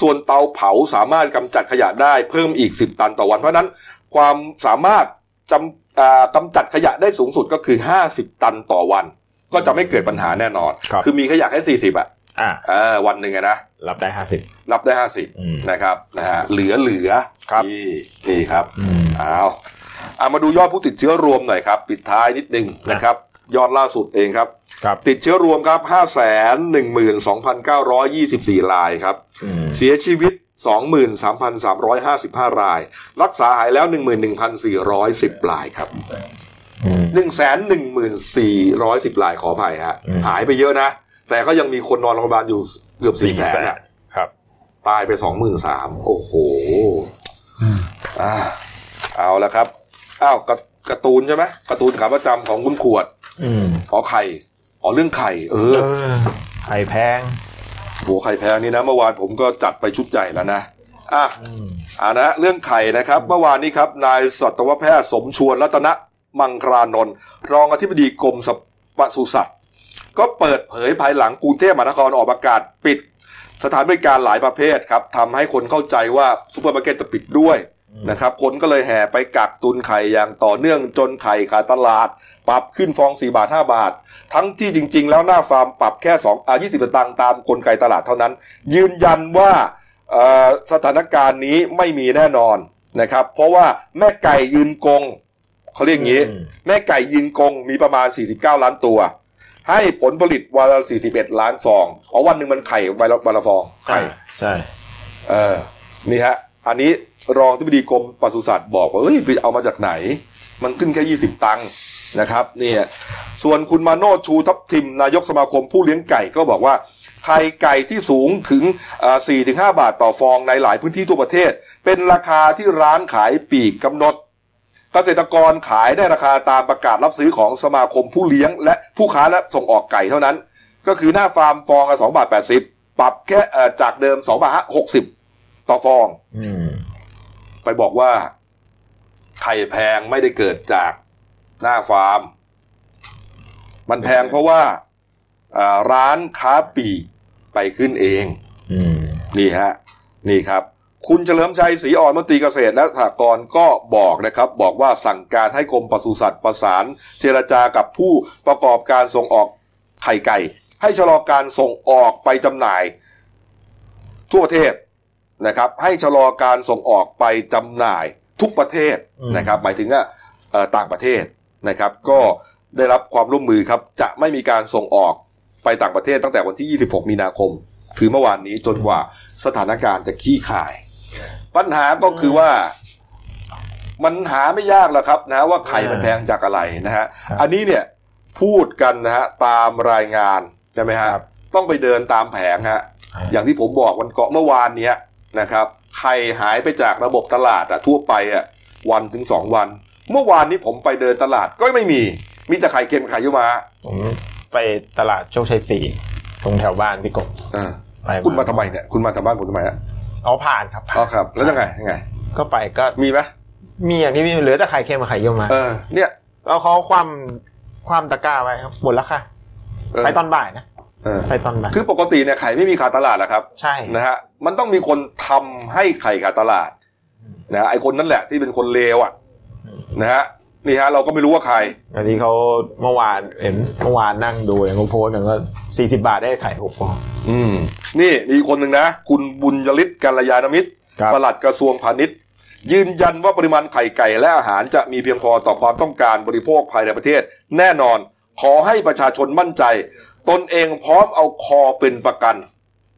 ส่วนเตาเผาสามารถกำจัดขยะได้เพิ่มอีก 10 ตันต่อวันเพราะฉะนั้น ความสามารถจำอ่ากำจัดขยะได้สูงสุดก็คือ 50 ตันต่อวัน ก็จะไม่เกิดปัญหาแน่นอน ๆครับ อมีขยะแค่40อ่ะ อ่า เออวันหนึ่งอะนะ รับได้ห้าสิบ รับได้ อืม 50นะครับนะฮะเหลือเหลือ ครับ นี่นี่ครับ อืม อ้าวอ่ะมาดูยอดผู้ติดเชื้อรวมหน่อยครับ ปิดท้ายนิดนึงนะครับ ยอดล่าสุดเองครับ ครับ ติดเชื้อรวมครับ 5 1 2 9 2 4 รายครับ อืม เสียชีวิต 23,355 ราย รักษาหายแล้ว 11,410 รายครับ 1,1410 รายขออภัยฮะ อืม หายไปเยอะนะ แต่ก็ยังมีคนนอนโรงพยาบาลอยู่เกือบ สี่ 4แส แส น น อะ ครับ ตายไป 23,000โอ้โห อ่าเอาละครับ อ้าวกระการ์ตูนใช่ไหมการ์ตูนขาประจำของคุณขวด อืม อ๋อไข่อ๋อเรื่องไข่ เออ เออไข่แพง โหไข่แพงนี่นะ เมื่อวานผมก็จัดไปชุดใหญ่แล้วนะอ่ะ อืม อ่านะเรื่องไข่นะครับ เมื่อวานนี้ครับ นายสัตวแพทย์สมชวนรัตนมังคลานนท์รองอธิบดีกรมสัตว์ปศุสัตว์ก็เปิดเผยภายหลังกรุงเทพมหานครออกประกาศปิด สถานบริการหลายประเภทครับทำให้คนเข้าใจว่าซูเปอร์มาร์เก็ตจะปิดด้วย นะครับคนก็เลยแห่ไปกักตุนไข่อย่างต่อเนื่องจนไข่ขาดตลาด ปรับขึ้นฟอง 4 บาท 5 บาท ทั้งที่จริง ๆ แล้วหน้าฟาร์มปรับแค่2อ่า20สตางค์ตามกลไกตลาดเท่านั้น ยืนยันว่าเอ่อสถานการณ์นี้ไม่มีแน่นอนนะครับ เพราะว่าแม่ไก่ยืนกงเขาเรียกอย่างนี้ ม แม่ไก่ยืนกงมีประมาณ 49 ล้านตัว ให้ผลผลิตวันละ41 ล้านฟองอ๋อวันหนึ่งมันไข่วันละวันละฟองไข่ อ่าใช่ เออ นี่ฮะ อันนี้รองที่บดีกรมปศุสัตว์บอกว่า เอ้ย ไปเอามาจากไหน มันขึ้นแค่ยี่สิบตังค์นะครับ เนี่ย ส่วนคุณมาโนชชูทับทิม นายกสมาคมผู้เลี้ยงไก่ก็บอกว่า ไข่ไก่ที่สูงถึงสี่ถึงห้าบาทต่อฟองในหลายพื้นที่ทั่วประเทศ เป็นราคาที่ร้านขายปลีกกำหนด เกษตรกรขายได้ราคาตามประกาศรับซื้อของสมาคมผู้เลี้ยง และผู้ค้าและส่งออกไก่เท่านั้น ก็คือหน้าฟาร์มฟองละสองบาทแปดสิบปรับแค่เอ่อจากเดิมสองบาทหกสิบต่อฟอง อืม ไปบอกว่า ไข่แพงไม่ได้เกิดจากหน้าฟาร์ม มันแพงเพราะว่าเอ่อร้านค้าปลีกไปขึ้นเอง อืม นี่ฮะ นี่ครับ คุณเฉลิมชัยศรีอ่อนมนตรีเกษตรและสหกรณ์ก็บอกนะครับ บอกว่าสั่งการให้กรมปศุสัตว์ประสาน เจรจากับผู้ประกอบการส่งออกไข่ไก่ ให้ชะลอการส่งออกไปจำหน่าย ทั่วประเทศนะครับ ให้ชะลอการส่งออกไปจำหน่าย ทุกประเทศ อืม นะครับ หมายถึงว่าเอ่อต่างประเทศนะครับ ก็ได้รับความร่วมมือครับ จะไม่มีการส่งออกไปต่างประเทศตั้งแต่วันที่ 26 มีนาคม คือเมื่อวานนี้จนกว่าสถานการณ์จะคลี่คลาย ปัญหาก็คือว่า มันหาไม่ยากหรอกครับนะว่าไข่มันแพงจากอะไรนะฮะ ครับ อันนี้เนี่ยพูดกันนะฮะตามรายงานใช่ไหมฮะ ครับ ต้องไปเดินตามแผงฮะ อย่างที่ผมบอกวันเกาะเมื่อวานเนี้ยนะครับไข่หายไปจากระบบตลาดอะทั่วไปอะวันถึงสองวัน เมื่อวานนี้ผมไปเดินตลาดก็ไม่มี มีแต่ไข่เค็มไข่เยี่ยวมา ผมไปตลาดโชคชัยสี่ตรงแถวบ้านพี่กบ อ่า ไป คุณมาทำไมเนี่ยคุณมาทำบ้านคุณทำไมอะ เอาผ่านครับผ่าน อ๋อครับ แล้วยังไงยังไง ก็ไปก็ มีไหม มีอย่างที่พี่เหลือแต่ไข่เค็มกับไข่เยี่ยวมา เออ เนี่ย แล้วเขาความความตะกร้าไว้ครับหมดแล้วค่ะ เออ ไปตอนบ่ายนะ เออ ไปตอนบ่าย คือปกติเนี่ยไข่ไม่มีขาดตลาดนะครับ ใช่ นะฮะมันต้องมีคนทำให้ไข่ขาดตลาดนะฮะไอคนนั้นแหละที่เป็นคนเลวอ่ะนะฮะนี่ฮะเราก็ไม่รู้ว่าใคร บางทีเขาเมื่อวานเห็นเมื่อวานนั่งดูอย่างเขาโพสต์กันก็สี่สิบาทได้ไข่หกฟอง อืมนี่มีคนหนึ่งนะ คุณบุญยฤทธิ์กัลยาณมิตร ครับ ปลัดกระทรวงพาณิชย์ ยืนยันว่าปริมาณไข่ไก่และอาหารจะมีเพียงพอต่อความต้องการบริโภคภายในประเทศ แน่นอนขอให้ประชาชนมั่นใจ ตนเองพร้อมเอาคอเป็นประกัน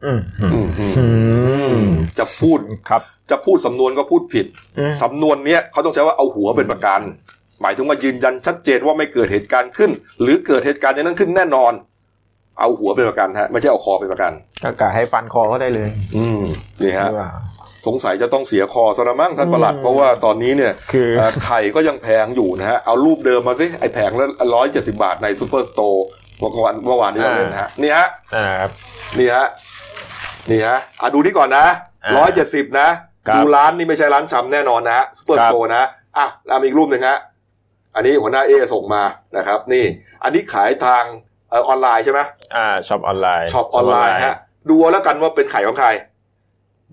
อืม อืมจะพูด ครับ จะพูดสำนวนก็พูดผิด อืม สำนวนเนี้ยเขาต้องใช้ว่าเอาหัวเป็นประกัน หมายถึงว่ายืนยันชัดเจนว่าไม่เกิดเหตุการณ์ขึ้น หรือเกิดเหตุการณ์อย่างนั้นขึ้นแน่นอน เอาหัวเป็นประกันฮะไม่ใช่เอาคอเป็นประกัน ก็กะให้ฟันคอเขาได้เลย อืมนี่ฮะ หรือเปล่า สงสัยจะต้องเสียคอสระมั้งท่านประหลัด อืม เพราะว่าตอนนี้เนี่ย คือ เอ่อไข่ก็ยังแพงอยู่นะฮะเอารูปเดิมมาสิไอแผงละร้อยเจ็ดสิบาทในซูเปอร์สโตร์เมื่อวานเมื่อวานนี้เราเล่นนะฮะนี่ฮะ อ่าครับ นี่ฮะนี่ฮะอ่ะดูนี่ก่อนนะ อ่า ร้อยเจ็ดสิบนะครับ ดูร้านนี่ไม่ใช่ร้านชำแน่นอนนะฮะซูเปอร์ ค ส รับ โตร์นะอ่ะแล้วมีอีกรูปหนึ่งฮะอันนี้หัวหน้าเอส่งมานะครับ นี่ อันนี้ขายทางเออออนไลน์ใช่ไหม อ่าช็อปออนไลน์ ช็อปออนไลน์ฮะดูเอาแล้วกันว่าเป็นไข่ของใคร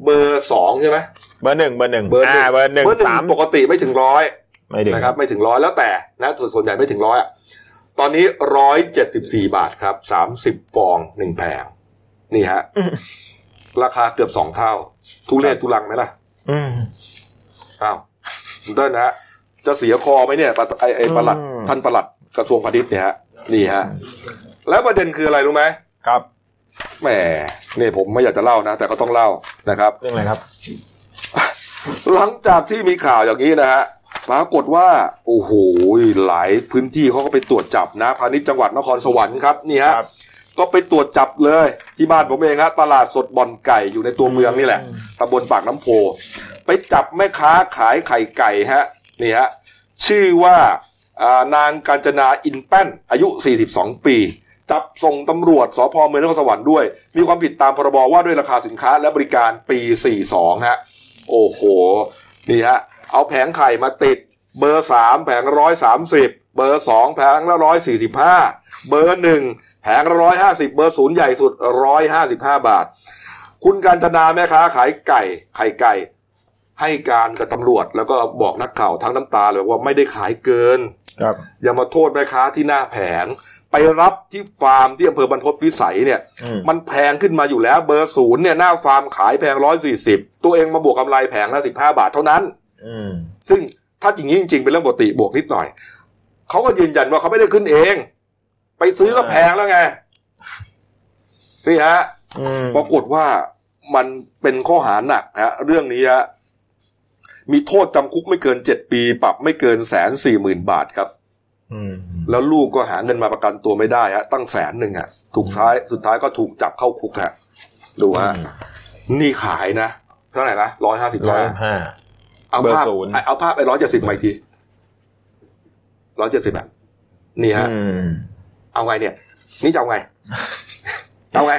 เบอร์สองใช่ไหม เบอร์หนึ่งเบอร์หนึ่ง เบอร์หนึ่ง าเบอร์หนึ่ง เบอร์หนึ่ สาม งปกติไม่ถึงร้อย ไม่ดึง นะครับ ไม่ถึงร้อยแล้วแต่นะส่วนส่วนใหญ่ไม่ถึงร้อยอะตอนนี้ร้อยเจ็ดสิบสี่บาทครับสามสิบฟองหนึ่งแผงนี่ฮะ ราคาเกือบสองเท่า ทุเรศทุลังไหมล่ะ อืม อ้าวคุณเต้นนะฮะจะเสียคอไหมเนี่ยปะไอไอประหลัด อืม ท่านประหลัดกระทรวงพาณิชย์เนี่ยฮะนี่ฮะ แล้วประเด็นคืออะไรรู้ไหม ครับ แหมเนี่ยผมไม่อยากจะเล่านะ แต่ก็ต้องเล่านะครับ เรื่องอะไรครับ หลังจากที่มีข่าวอย่างนี้นะฮะปรากฏว่า โอ้โหหลายพื้นที่เขาก็ไปตรวจจับนะพาณิชย์จังหวัดนครสวรรค์ครับนี่ฮะ ครับ ก็ไปตรวจจับเลย ที่บ้านผมเองฮะตลาดสดบ่อนไก่อยู่ในตัวเมืองนี่แหละตำบลปากน้ำโพ ไปจับแม่ค้าขายไข่ไก่ฮะนี่ฮะชื่อว่าอ่านางกาญจนาอินแป้น อายุ 42 ปี จับส่งตำรวจสพเมืองนครสวรรค์ด้วย มีความผิดตามพรบว่าด้วยราคาสินค้าและบริการปี 42 ฮะ โอ้โห นี่ฮะ เอาแผงไข่มาติด เบอร์สามแผงร้อยสามสิบเบอร์สองแผงละร้อยสี่สิบห้าเบอร์หนึ่งแผงร้อยห้าสิบเบอร์ศูนย์ใหญ่สุดร้อยห้าสิบห้าบาท คุณการจนาแม่ค้าขายไก่ไข่ไก่ ให้การกับตำรวจแล้วก็บอกนักข่าวทั้งน้ำตาเลยว่าไม่ได้ขายเกิน ครับ อย่ามาโทษแม่ค้าที่หน้าแผง ไปรับที่ฟาร์มที่อำเภอบรรพตวิสัยเนี่ย อืม มันแพงขึ้นมาอยู่แล้วเบอร์ศูนย์เนี่ยหน้าฟาร์มขายแพงร้อยสี่สิบตัวเองมาบวกกำไรแผงละสิบห้าบาทเท่านั้น อืม ซึ่งถ้าจริงนี้จริงๆเป็นเรื่องปกติบวกนิดหน่อย เขาก็ยืนยันว่าเขาไม่ได้ขึ้นเอง ไปซื้อก็แพงแล้วไง นี่ฮะ อืม ปรากฏว่ามันเป็นข้อหาหนักฮะเรื่องนี้ฮะมีโทษจำคุกไม่เกินเจ็ดปี ปรับไม่เกินแสนสี่หมื่นบาทครับ อืม แล้วลูกก็หาเงินมาประกันตัวไม่ได้ฮะตั้งแสนหนึ่งฮะถูกท้ายสุดท้ายก็ถูกจับเข้าคุกฮะดูฮะนี่ขายนะเท่าไหร่นะร้อยห้าสิบ ร้อ ล้าย น ห้า เอา เบอร์ ภาพ ศูนย์ เอาภาพไอ้ร้อยเจ็ดสิบมาอีกทีร้อยเจ็ดสิบแบบนี่ฮะ อืม เอาไงเนี่ย นี่จะเอาไง เอาไง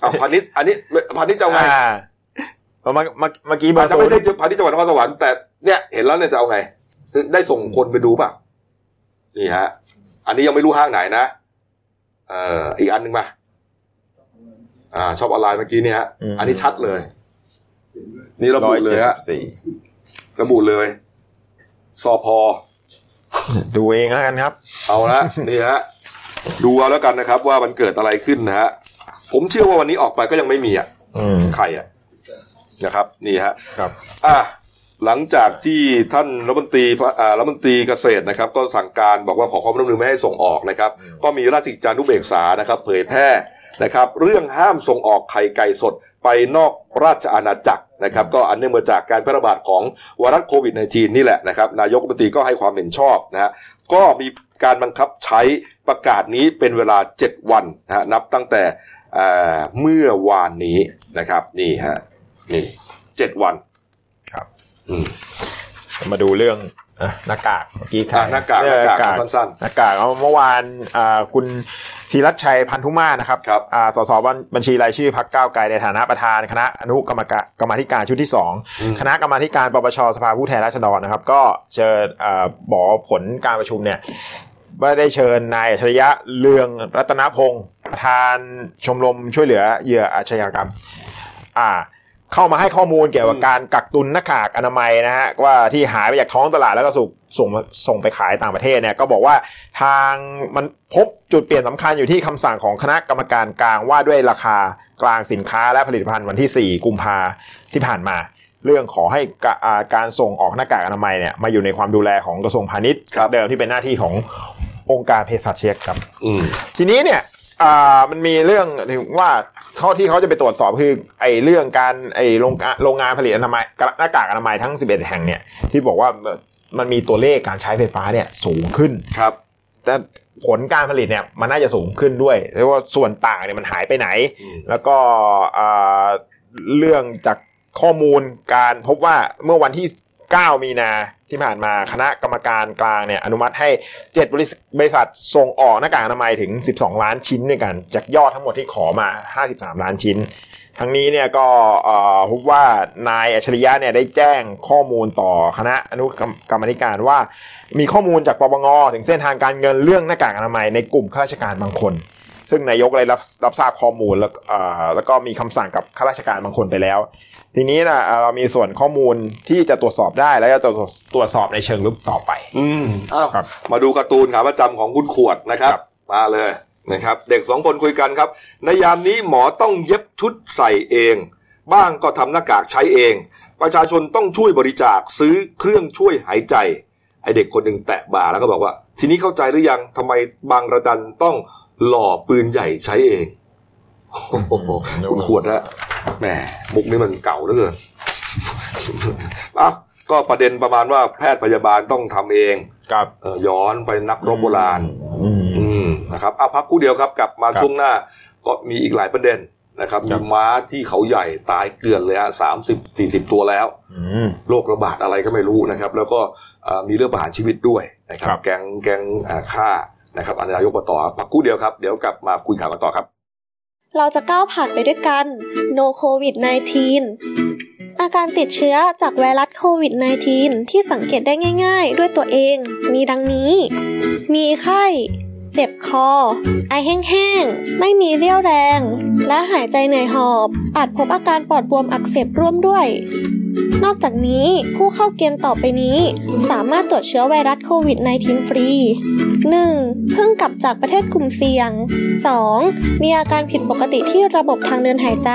เอาพาณิชย์อันนี้พาณิชย์จะเอาไง อ่าเอามามาเมื่อกี้เบอ อาจ ร์ จะ ศู ไม่ น ใช่ ย์ พาณิชย์จังหวัดนครสวรรค์แต่เนี่ยเห็นแล้วเนี่ยจะเอาไง ได้ส่งคนไปดูเปล่ะนี่ฮะ อันนี้ยังไม่รู้ห้างไหนนะเอ่ออีกอันหนึ่งมาอ่าชอบออนไลน์เมื่อกี้เนี่ยฮะอันนี้ชัดเลย นี่ระ ร้ บุ อย เล เจ็ ย ดสิ ฮะ บสี่ ระบุเลยสอพอ ดูเองแล้วกันครับ เอาละ นี่ฮะดูเอาแล้วกันนะครับ ว่ามันเกิดอะไรขึ้นนะฮะผมเชื่อว่าวันนี้ออกไปก็ยังไม่มีอ่ะ อืม ไข่อ่ะนะครับ นี่ฮะ ครับ อ่ะ หลังจากที่ท่านรัฐมนตรีอ่ารัฐมนตรีเกษตรนะครับ ก็สั่งการบอกว่าขอความร่วมมือไม่ให้ส่งออกนะครับ ก็มีราชกิจจานุเบกษานะครับ เผยแพร่นะครับ เรื่องห้ามส่งออกไข่ไก่สดไปนอกราชอาณาจักรนะครับ ก็อันเนื่องมาจากการแพร่ระบาดของไวรัสโควิด -19 นี่แหละนะครับ นายกรัฐมนตรีก็ให้ความเห็นชอบนะฮะก็มีการบังคับใช้ประกาศนี้เป็นเวลา 7 วันนะฮะนับตั้งแต่อ่าเมื่อวานนี้นะครับนี่ฮะนี่เจ็ดวัน มาดูเรื่องอ่ะหน้ากากเมื่อกี้ครั อ่ะ บ หน้ากาก เรื่อง หหน้าน้าากกาก สั้น หน้ากากเอาเมื่อวานอ่าคุณธีรัชชัยพันธุมาศนะครับ ครับ อ่าสสบัญบัญชีรายชื่อพักก้าวไกลในฐานะประธานคณะอนุกรรมการกรรมาธิการชุดที่ อืม 2 คณะกรรมาธิการปปชสภาผู้แทนราษฎรนะครับ ก็เชิญอ่าบอกผลการประชุมเนี่ยว่าได้เชิญนายอัจฉริยะเรืองรัตนพงศ์ประธานชมรมช่วยเหลือเหยื่ออาชญากรรม อ่า เข้ามาให้ข้อมูลเกี่ยวกับ อืม การกักตุนหน้ากากอนามัยนะฮะว่าที่หายไปจากท้องตลาดแล้วก็ส่งส่งมาส่งไปขายต่างประเทศเนี่ยก็บอกว่าทางมันพบจุดเปลี่ยนสำคัญอยู่ที่คำสั่งของคณะกรรมการกลางว่าด้วยราคากลางสินค้าและผลิตภัณฑ์วันที่ 4 กุมภาที่ผ่านมา เรื่องขอให้กะอ่าการส่งออกหน้ากากอนามัยเนี่ยมาอยู่ในความดูแลของกระทรวงพาณิชย์ ครับ เดิมที่เป็นหน้าที่ขององค์การเภสัชเชครับ ๆอืม ทีนี้เนี่ยอ่ามันมีเรื่องถึงว่าข้อที่เขาจะไปตรวจสอบคือไอ้เรื่องการไอ้โรงอ่ะโรงงานผลิตอนามัยหน้ากากอนามัยทั้ง 11 แห่งเนี่ยที่บอกว่ามันมีตัวเลขการใช้ไฟฟ้าเนี่ยสูงขึ้น ครับ แต่ผลการผลิตเนี่ยมันน่าจะสูงขึ้นด้วยเรียกว่าส่วนต่างเนี่ยมันหายไปไหน แล้วก็อ่าเรื่องจากข้อมูลการพบว่าเมื่อวันที่ 9 มีนาที่ผ่านมาคณะกรรมการกลางเนี่ยอนุมัติให้ 7 บริษัทบริษัทส่งออกหน้ากากอนามัยถึง 12 ล้านชิ้นด้วยกัน จากยอดทั้งหมดที่ขอมา 53 ล้านชิ้น ทั้งนี้เนี่ยก็เอ่อพบว่านายอัจฉริยะเนี่ยได้แจ้งข้อมูลต่อคณะอนุกรรมาธิการว่า มีข้อมูลจากปปงถึงเส้นทางการเงินเรื่องหน้ากากอนามัยในกลุ่มข้าราชการบางคน ซึ่งนายกเลยรับรับทราบข้อมูลแล้วเอ่อแล้วก็มีคำสั่งกับข้าราชการบางคนไปแล้ว ทีนี้นะเอ่อเรามีส่วนข้อมูลที่จะตรวจสอบได้แล้วจะตรวจตรวจสอบในเชิงลึกต่อไป อืมอ้าว ครับ มาดูการ์ตูนขาประจำของคุณขวดนะครับ ครับ มาเลยนะครับ เด็กสองคนคุยกันครับ ในยามนี้หมอต้องเย็บชุดใส่เอง บ้างก็ทำหน้ากากใช้เอง ประชาชนต้องช่วยบริจาคซื้อเครื่องช่วยหายใจ ไอเด็กคนหนึ่งแตะบ่าแล้วก็บอกว่า ทีนี้เข้าใจหรือยังทำไมบางระดันต้องหล่อปืนใหญ่ใช้เองโอ้โหคุณขวดฮะแหมมุกนี้มันเก่าเหลือเกิน อ้าวก็ประเด็นประมาณว่าแพทย์พยาบาลต้องทำเอง ครับ เอ่อย้อนไปนักรบโบราณ อืม อืมนะครับเอาพักครู่เดียวครับกลับมา ครับ ช่วงหน้าก็มีอีกหลายประเด็นนะครับ ค มี รับ ม้าที่เขาใหญ่ตายเกลื่อนเลยฮะสามสิบสี่สิบตัวแล้ว อืม โรคระบาดอะไรก็ไม่รู้นะครับ แล้วก็เอ่อมีเรื่องประหารชีวิตด้วยนะครับ ครับ แกงแกงอ่าฆ่านะครับอนนายกมาต่อพักครู่เดียวครับ เดี๋ยวกลับมาคุยข่าวกันต่อครับ เราจะก้าวผ่านไปด้วยกัน No COVID 19 อาการติดเชื้อจากไวรัสโควิด -19 ที่สังเกตได้ง่ายๆ ด้วยตัวเอง มีดังนี้ มีไข้ เจ็บคอ ไอแห้งๆ ไม่มีเรี่ยวแรง และหายใจเหนื่อยหอบ อาจพบอาการปอดบวมอักเสบร่วมด้วย นอกจากนี้ผู้เข้าเกณฑ์ต่อไปนี้ สามารถตรวจเชื้อไวรัสโควิด -19 ฟรี 1. เพิ่งกลับจากประเทศกลุ่มเสี่ยง 2. มีอาการผิดปกติที่ระบบทางเดินหายใจ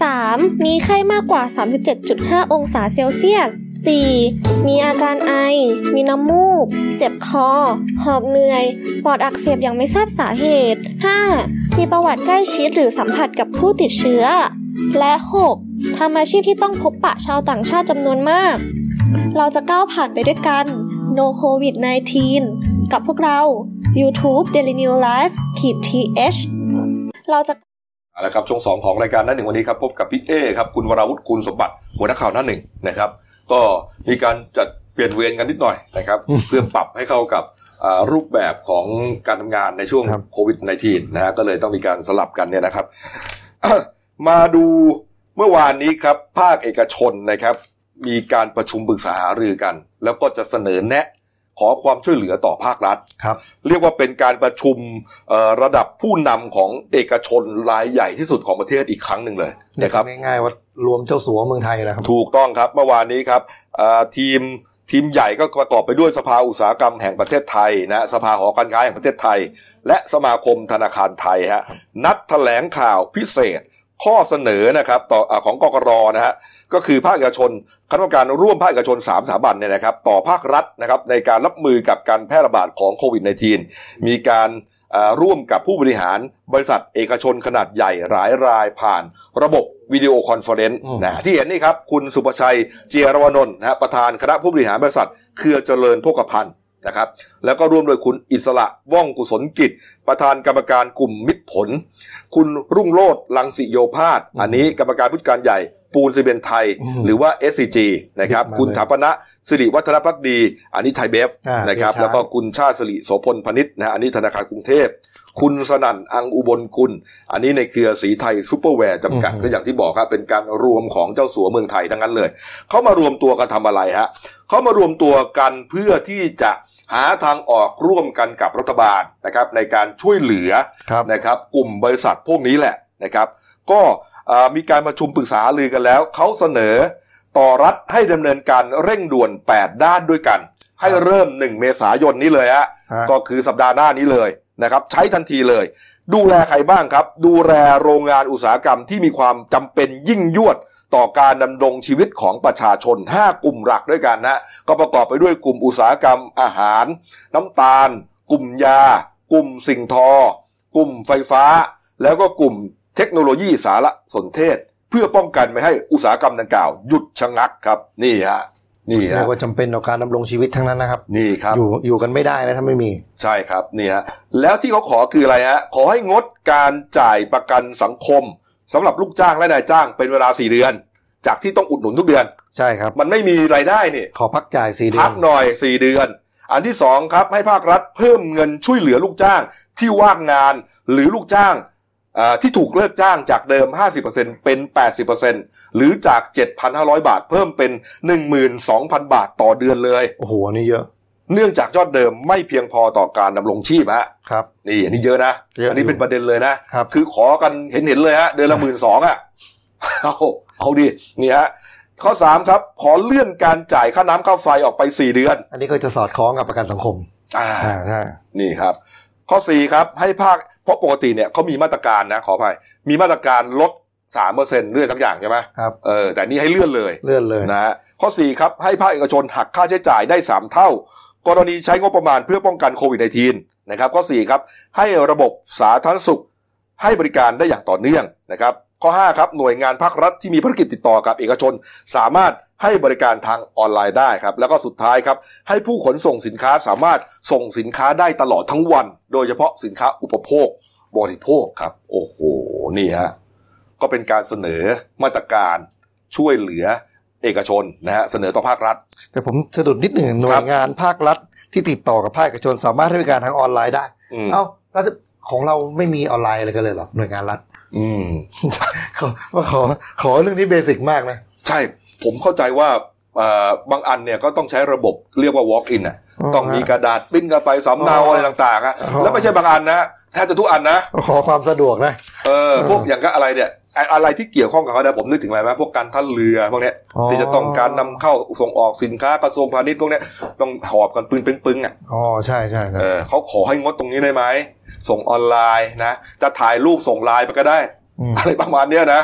3. มีไข้มากกว่า 37.5 องศาเซลเซียส 4. มีอาการไอ มีน้ำมูก เจ็บคอ หอบเหนื่อย ปอดอักเสบอย่างไม่ทราบสาเหตุ 5. มีประวัติใกล้ชิดหรือสัมผัสกับผู้ติดเชื้อ และ 6. ทำอาชีพที่ต้องพบปะชาวต่างชาติจำนวนมาก เราจะก้าวผ่านไปด้วยกัน No COVID 19 กับพวกเรา YouTube Daily New Life ขีด th เราจะ เอาละครับช่วงสองของรายการหนั้นหนึ่งวันนี้ครับพบกับพี่เอครับคุณวราวุฒิคุณสมบัติหัวหน้าข่าวหน้าหนึ่งนะครับ ก็มีการจัดเปลี่ยนเวรกันนิดหน่อยนะครับ เพื่อปรับให้เข้ากับอ่ารูปแบบของการทำงานในช่วง ครับ โควิด -19 นะฮะก็เลยต้องมีการสลับกันเนี่ยนะครับ มาดูเมื่อวานนี้ครับ ภาคเอกชนนะครับ มีการประชุมปรึกษาหารือกัน แล้วก็จะเสนอแนะ ขอความช่วยเหลือต่อภาครัฐ ครับ เรียกว่าเป็นการประชุมเอ่อระดับผู้นำของเอกชนรายใหญ่ที่สุดของประเทศอีกครั้งหนึ่งเลย เรียก นะครับ ง่ายๆว่ารวมเจ้าสัวเมืองไทยนะครับ ถูกต้องครับเมื่อวานนี้ครับเอ่อทีมทีมใหญ่ก็ประกอบไปด้วยสภาอุตสาหกรรมแห่งประเทศไทยนะสภาหอการค้าแห่งประเทศไทย และสมาคมธนาคารไทยฮะนัดแถลงข่าวพิเศษ ข้อเสนอนะครับต่ออ่าของกกรนะฮะก็คือภาคเอกชนคณะกรรมการร่วมภาคเอกชน 3 สถาบันเนี่ยนะครับต่อภาครัฐนะครับในการรับมือกับการแพร่ระบาดของโควิด -19 มีการอ่าร่วมกับผู้บริหารบริษัทเอกชนขนาดใหญ่หลายรายผ่านระบบวิดีโอคอนเฟอเรนซ์ อืม นะที่เห็นนี่ครับคุณสุประชัยเจียรวนนท์นะฮะประธานคณะผู้บริหารบริษัทเครือเจริญโภคภัณฑ์นะครับ แล้วก็ร่วมโดวยคุณอิสระว่องกุศลกิจ ประธานกรรมการกลุ่มมิตรผล คุณรุ่งโรธลังสิโยภาสอันนี้กรรมการผู้จัดการใหญ่ปูนซีเมนต์ไทย อืม หรือว่า SCG นะครับ เยอะมาก คุณ เลย ถาปนะสิริวัฒนพักดี อันนี้ไทยเบฟ อ่าน นะครับ เดชะ แล้วก็คุณชาติสิริโสพลพนิษฐ์นะฮะอันนี้ธนาคารกรุงเทพ คุณสนั่นอังอุบลคุณ อันนี้ในเครือสีไทยซูเปอร์แวร์จำกัด อืม ก็อย่างที่บอกครับเป็นการรวมของเจ้าสัวเมืองไทยทั้งนั้นเลย เขามารวมตัวกันทำอะไรฮะ เขามารวมตัวกันเพื่อที่จะหาทางออกร่วมกันกับรัฐบาลนะครับในการช่วยเหลือ ครับ นะครับกลุ่มบริษัทพวกนี้แหละนะครับ ก็เอ่อมีการประชุมปรึกษาลือกันแล้ว เขาเสนอต่อรัฐให้ดำเนินการเร่งด่วน 8 ด้านด้วยกัน ให้เริ่ม 1 เมษายนนี้เลยฮะ ฮะ ก็คือสัปดาห์หน้านี้เลยนะครับ ใช้ทันทีเลย ดูแลใครบ้างครับ ดูแลโรงงานอุตสาหกรรมที่มีความจำเป็นยิ่งยวดต่อการดำรงชีวิตของประชาชน 5 กลุ่มหลักด้วยกันนะก็ประกอบไปด้วยกลุ่มอุตสาหกรรมอาหาร น้ำตาล กลุ่มยา กลุ่มสิ่งทอ กลุ่มไฟฟ้า แล้วก็กลุ่มเทคโนโลยีสารสนเทศ เพื่อป้องกันไม่ให้อุตสาหกรรมดังกล่าว หยุดชะงักครับ นี่ฮะนี่ เรี ฮะ ยกว่าจำเป็นต่อการดำรงชีวิตทั้งนั้นนะครับ นี่ครับ อยู่อยู่กันไม่ได้นะถ้าไม่มี ใช่ครับนี่ฮะแล้วที่เขาขอคืออะไรฮะขอให้งดการจ่ายประกันสังคมสำหรับลูกจ้างและนายจ้างเป็นเวลา 4 เดือน จากที่ต้องอุดหนุนทุกเดือน ใช่ครับ มันไม่มีรายได้นี่ ขอพักจ่ายสี่เดือ พั น กหน่อย 4 เดือน อันที่ 2 ครับ ให้ภาครัฐเพิ่มเงินช่วยเหลือลูกจ้างที่ว่างงานหรือลูกจ้างอ่าที่ถูกเลิกจ้างจากเดิม 50%เป็น 80%หรือจาก 7,500 บาท เพิ่มเป็น 12,000 บาทต่อเดือนเลย โอ้โหอันนี่เยอะ เนื่องจากยอดเดิมไม่เพียงพอต่อการดำรงชีพฮะ ครับ นี่อันนี้เยอะนะ เยอะอยู่ อันนี้เป็นประเด็นเลยนะครับ อขอกันเห็นเห็นๆเลยฮะเดือนละหมื่นสองอ่ะ เอาเอาดินี่ฮะข้อสามครับ ขอเลื่อนการจ่ายค่าน้ำค่าไฟออกไปสี่เดือน อันนี้ก็จะสอดคล้องกับประกันสังคม อ่า อ่าใช่ นี่ครับ ข้อสี่ครับให้ภาคเพราะปกติเนี่ยเขามีมาตรการนะขออภัยมีมาตรการลดสามเปอร์เซ็นต์เรื่องทั้งอย่างใช่ไหม ครับ เออแต่นี่ให้เลื่อนเลย เลื่อนเลย นะฮะข้อสี่ครับให้ภาคเอกชนหักค่าใช้จ่ายได้สามเท่า กรณีใช้งบประมาณเพื่อป้องกันโควิด -19 นะครับข้อ4ครับให้ระบบสาธารณสุขให้บริการได้อย่างต่อเนื่องนะครับข้อ5ครับหน่วยงานภาครัฐที่มีภารกิจติดต่อกับเอกชน สามารถให้บริการทางออนไลน์ได้ครับแล้วก็สุดท้ายครับให้ผู้ขนส่งสินค้าสามารถส่งสินค้าได้ตลอดทั้งวัน โดยเฉพาะสินค้าอุปโภค บริโภคครับ โอ้โหนี่ฮะก็เป็นการเสนอมาตรการช่วยเหลือเอกชนนะฮะเสนอต่อภาครัฐ แต่ผมสะดุดนิดหนึ่งหน่วยงานภาครัฐที่ติดต่อกับภาคเอกชนสามารถให้บริการทางออนไลน์ได้ อืม เอ้าแล้วของเราไม่มีออนไลน์อะไรกันเลยเหรอหน่วยงานรัฐ อืม ขอว่าขอขอเรื่องนี้เบสิกมากนะ ใช่ผมเข้าใจว่าเอ่อบางอันเนี่ยก็ต้องใช้ระบบเรียกว่า walk in อ่ะ อ๋อ ต้องมีกระดาษปิ้นกันไปสำเนา อ๋ออ อะไรต่างๆอ่ะ อ๋อ แล้วไม่ใช่บางอันนะแทบจะทุกอันนะ ขอความสะดวกนะ เออพวกอย่างก็อะไรเนี่ยไอ้อะไรที่เกี่ยวข้องกับเขาเนี่ยผมนึกถึงอะไรไหมพวกการท่าเรือพวกเนี้ย อ๋อ ที่จะต้องการนำเข้าส่งออกสินค้ากระทรวงพาณิชย์พวกเนี้ยต้องหอบกันปึ้งๆๆอ่ะ อ๋อใช่ใช่ใช่ เออเขาขอให้งดตรงนี้ได้ไหมส่งออนไลน์นะจะถ่ายรูปส่งไลน์ไปก็ได้ ม อะไรประมาณเนี้ยนะ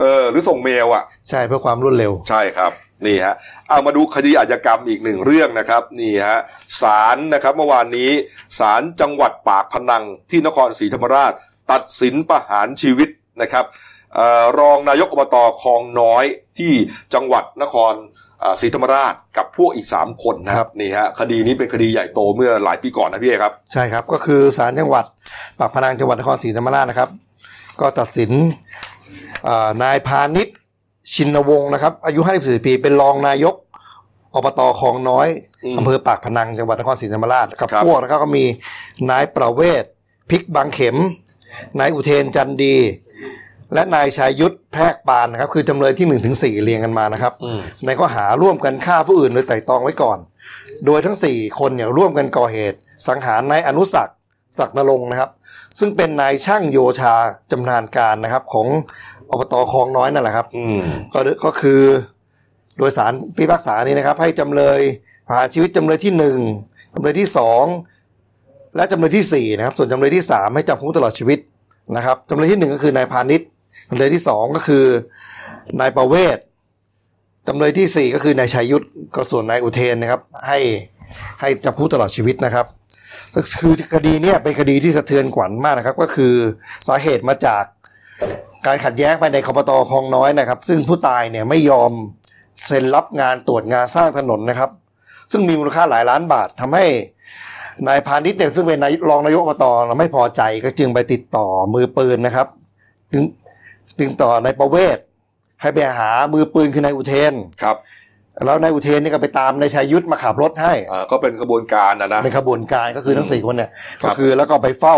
เออหรือส่งเมลอ่ะ ใช่เพื่อความรวดเร็ว ใช่ครับนี่ฮะเอามาดูคดีอาชญากรรมอีกหนึ่งเรื่องนะครับนี่ฮะศาลนะครับเมื่อวานนี้ศาลจังหวัดปากพนังที่นครศรีธรรมราช ตัดสินประหารชีวิตนะครับเออรองนายกอบตคลองน้อยที่จังหวัดนครเอ่อศรีธรรมราชกับพวกอีก 3 คนนะค ครั รับบ นี่ฮะคดีนี้เป็นคดีใหญ่โตเมื่อหลายปีก่อนนะพี่เอกครับ ใช่ครับ ก็คือศาลจังหวัดปากพนังจังหวัดนครศรีธรรมราชนะครับ ก็ตัดสินเอ่อนายพาณิชย์ชินวงศ์นะครับ อายุ 54 ปี เป็นรองนายกอบตคลองน้อย อืม อำเภอปากพนังจังหวัดนครศรีธรรมราชกับ ครับ พวกนะครับก็มีนายประเวศพริกบางเข็มนายอุเทนจันดี และนายชายยุทธแพรกปานนะครับ คือจำเลยที่1นถึงสเรียงกันมานะครับ ในข้อหาร่วมกันฆ่าผู้อื่นโดยไตร่ตรองไว้ก่อน โดยทั้ง 4 คนเนี่ยร่วมกันก่อเหตุ สังหารนายอนุสักดิ์ศักดิ์นรงค์นะครับ ซึ่งเป็นนายช่างโยธาจำนาญการนะครับ ของอบตคลองน้อยนั่นแหละครับ อืม ก็ก็คือ โดยสารพิพากษานี้นะครับ ให้จำเลยประหารชีวิตจำเลยที่หนึ่งจำเลยที่สองและจำเลยที่สี่นะครับ ส่วนจำเลยที่สามให้จำคุกตลอดชีวิตนะครับจำเลยที่หนึ่งก็คือนายพาณิชย์ จำเลยที่สองก็คือนายประเวศจำเลยที่สี่ก็คือนายชัยยุทธก็ส่วนนายอุเทนนะครับ ให้ให้จำคุกตลอดชีวิตนะครับ ก็คือคดีเนี่ยเป็นคดีที่สะเทือนขวัญมากนะครับ ก็คือสาเหตุมาจากการขัดแย้งภายในคอปตอคลองน้อยนะครับ ซึ่งผู้ตายเนี่ยไม่ยอมเซ็นรับงานตรวจงานสร้างถนนนะครับ ซึ่งมีมูลค่าหลายล้านบาททำให้ นายพาณิชย์เนี่ยซึ่งเป็นนายรองนายกอบตไม่พอใจก็จึงไปติดต่อมือปืนนะครับถึงติดต่อนายประเวศ ให้ไปหามือปืนคือนายอุเทน ครับ แล้วนายอุเทนเนี่ยก็ไปตามนายชายุทธมาขับรถให้ อ่าก็เป็นขบวนการนะนะ เป็นขบวนการก็คือทั้งสี่คนเนี่ย ครั ก็ บ คือแล้วก็ไปเฝ้า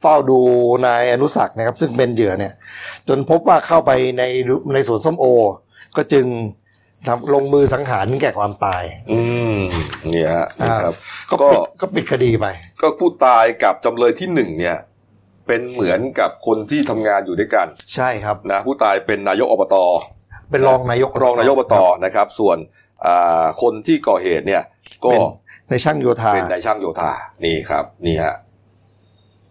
เฝ้าดูนายอนุสักนะครับ ซึ่งเป็นเหยื่อเนี่ย จนพบว่าเข้าไปในในสวนส้มโอ ก็จึงทำลงมือสังหารถึงแก่ความตาย อืมเนี่ยฮะนี่ครับ ก็ ก็ ปิดก็ปิดคดีไป ก็ผู้ตายกับจำเลยที่หนึ่งเนี่ย เป็นเหมือนกับคนที่ทำงานอยู่ด้วยกัน ใช่ครับ นะผู้ตายเป็นนายกอบต เป็นรองนายก รองนายกอบตนะครับ ส่วนอ่าคนที่ก่อเหตุเนี่ย ก็ เป็นในช่างโยธา เป็นนายช่างโยธานี่ครับ นี่ฮะ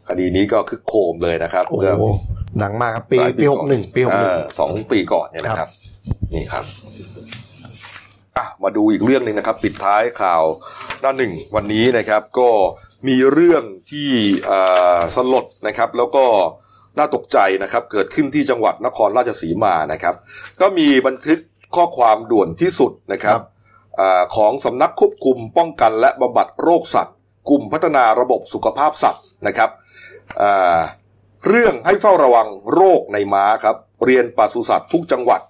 คดีนี้ก็คึกโครมเลยนะครับ โอ้โห เมื่อ หนังมากครับปี ลาย ปีห อก หนึ่งปีหกหนึ่ง เอ่อสองปีก่อนเนี่ยนะค ครั รับ บ นี่ครับอ่ะมาดูอีกเรื่องหนึ่งนะครับ ปิดท้ายข่าวหน้าหนึ่งวันนี้นะครับ ก็มีเรื่องที่อ่าสลดนะครับ แล้วก็น่าตกใจนะครับ เกิดขึ้นที่จังหวัดนครราชสีมานะครับ ก็มีบันทึกข้อความด่วนที่สุดนะครับ ครับ อาของสำนักควบคุมป้องกันและบำบัดโรคสัตว์ กลุ่มพัฒนาระบบสุขภาพสัตว์นะครับอ่าเรื่องให้เฝ้าระวังโรคในม้าครับ เรียนปศุสัตว์ทุกจังหวัด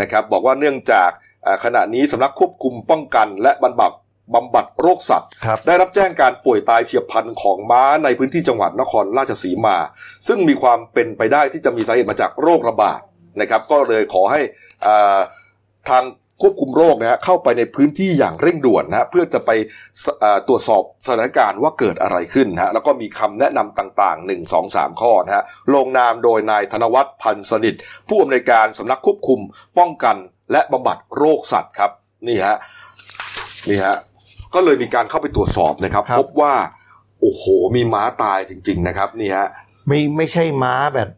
นะครับ บอกว่าเนื่องจากอ่าขณะนี้สำนักควบคุมป้องกัน และบำบัดบำบัดโรคสัตว์ ครับ ได้รับแจ้งการป่วยตายเฉียบพลันของม้าในพื้นที่จังหวัดนครราชสีมา ซึ่งมีความเป็นไปได้ที่จะมีสาเหตุมาจากโรคระบาดนะครับ ก็เลยขอให้อ่าทางควบคุมโรคนะฮะเข้าไปในพื้นที่อย่างเร่งด่วนนะฮะเพื่อจะไปสอ่าตรวจสอบสถานการณ์ว่าเกิดอะไรขึ้นนะฮะแล้วก็มีคำแนะนำต่าง ๆ 1 2 3 ข้อนะฮะลงนามโดยนายธนวัฒน์พันธ์สนิท ผู้อำนวยการสำนักควบคุมป้องกันและบำบัดโรคสัตว์ครับนี่ฮะนี่ฮะ ก็เลยมีการเข้าไปตรวจสอบนะครับ ครับ พบว่าโอ้โหมีม้าตายจริง ๆ นะครับนี่ฮะ ไม่ไม่ใช่ม้าแบบ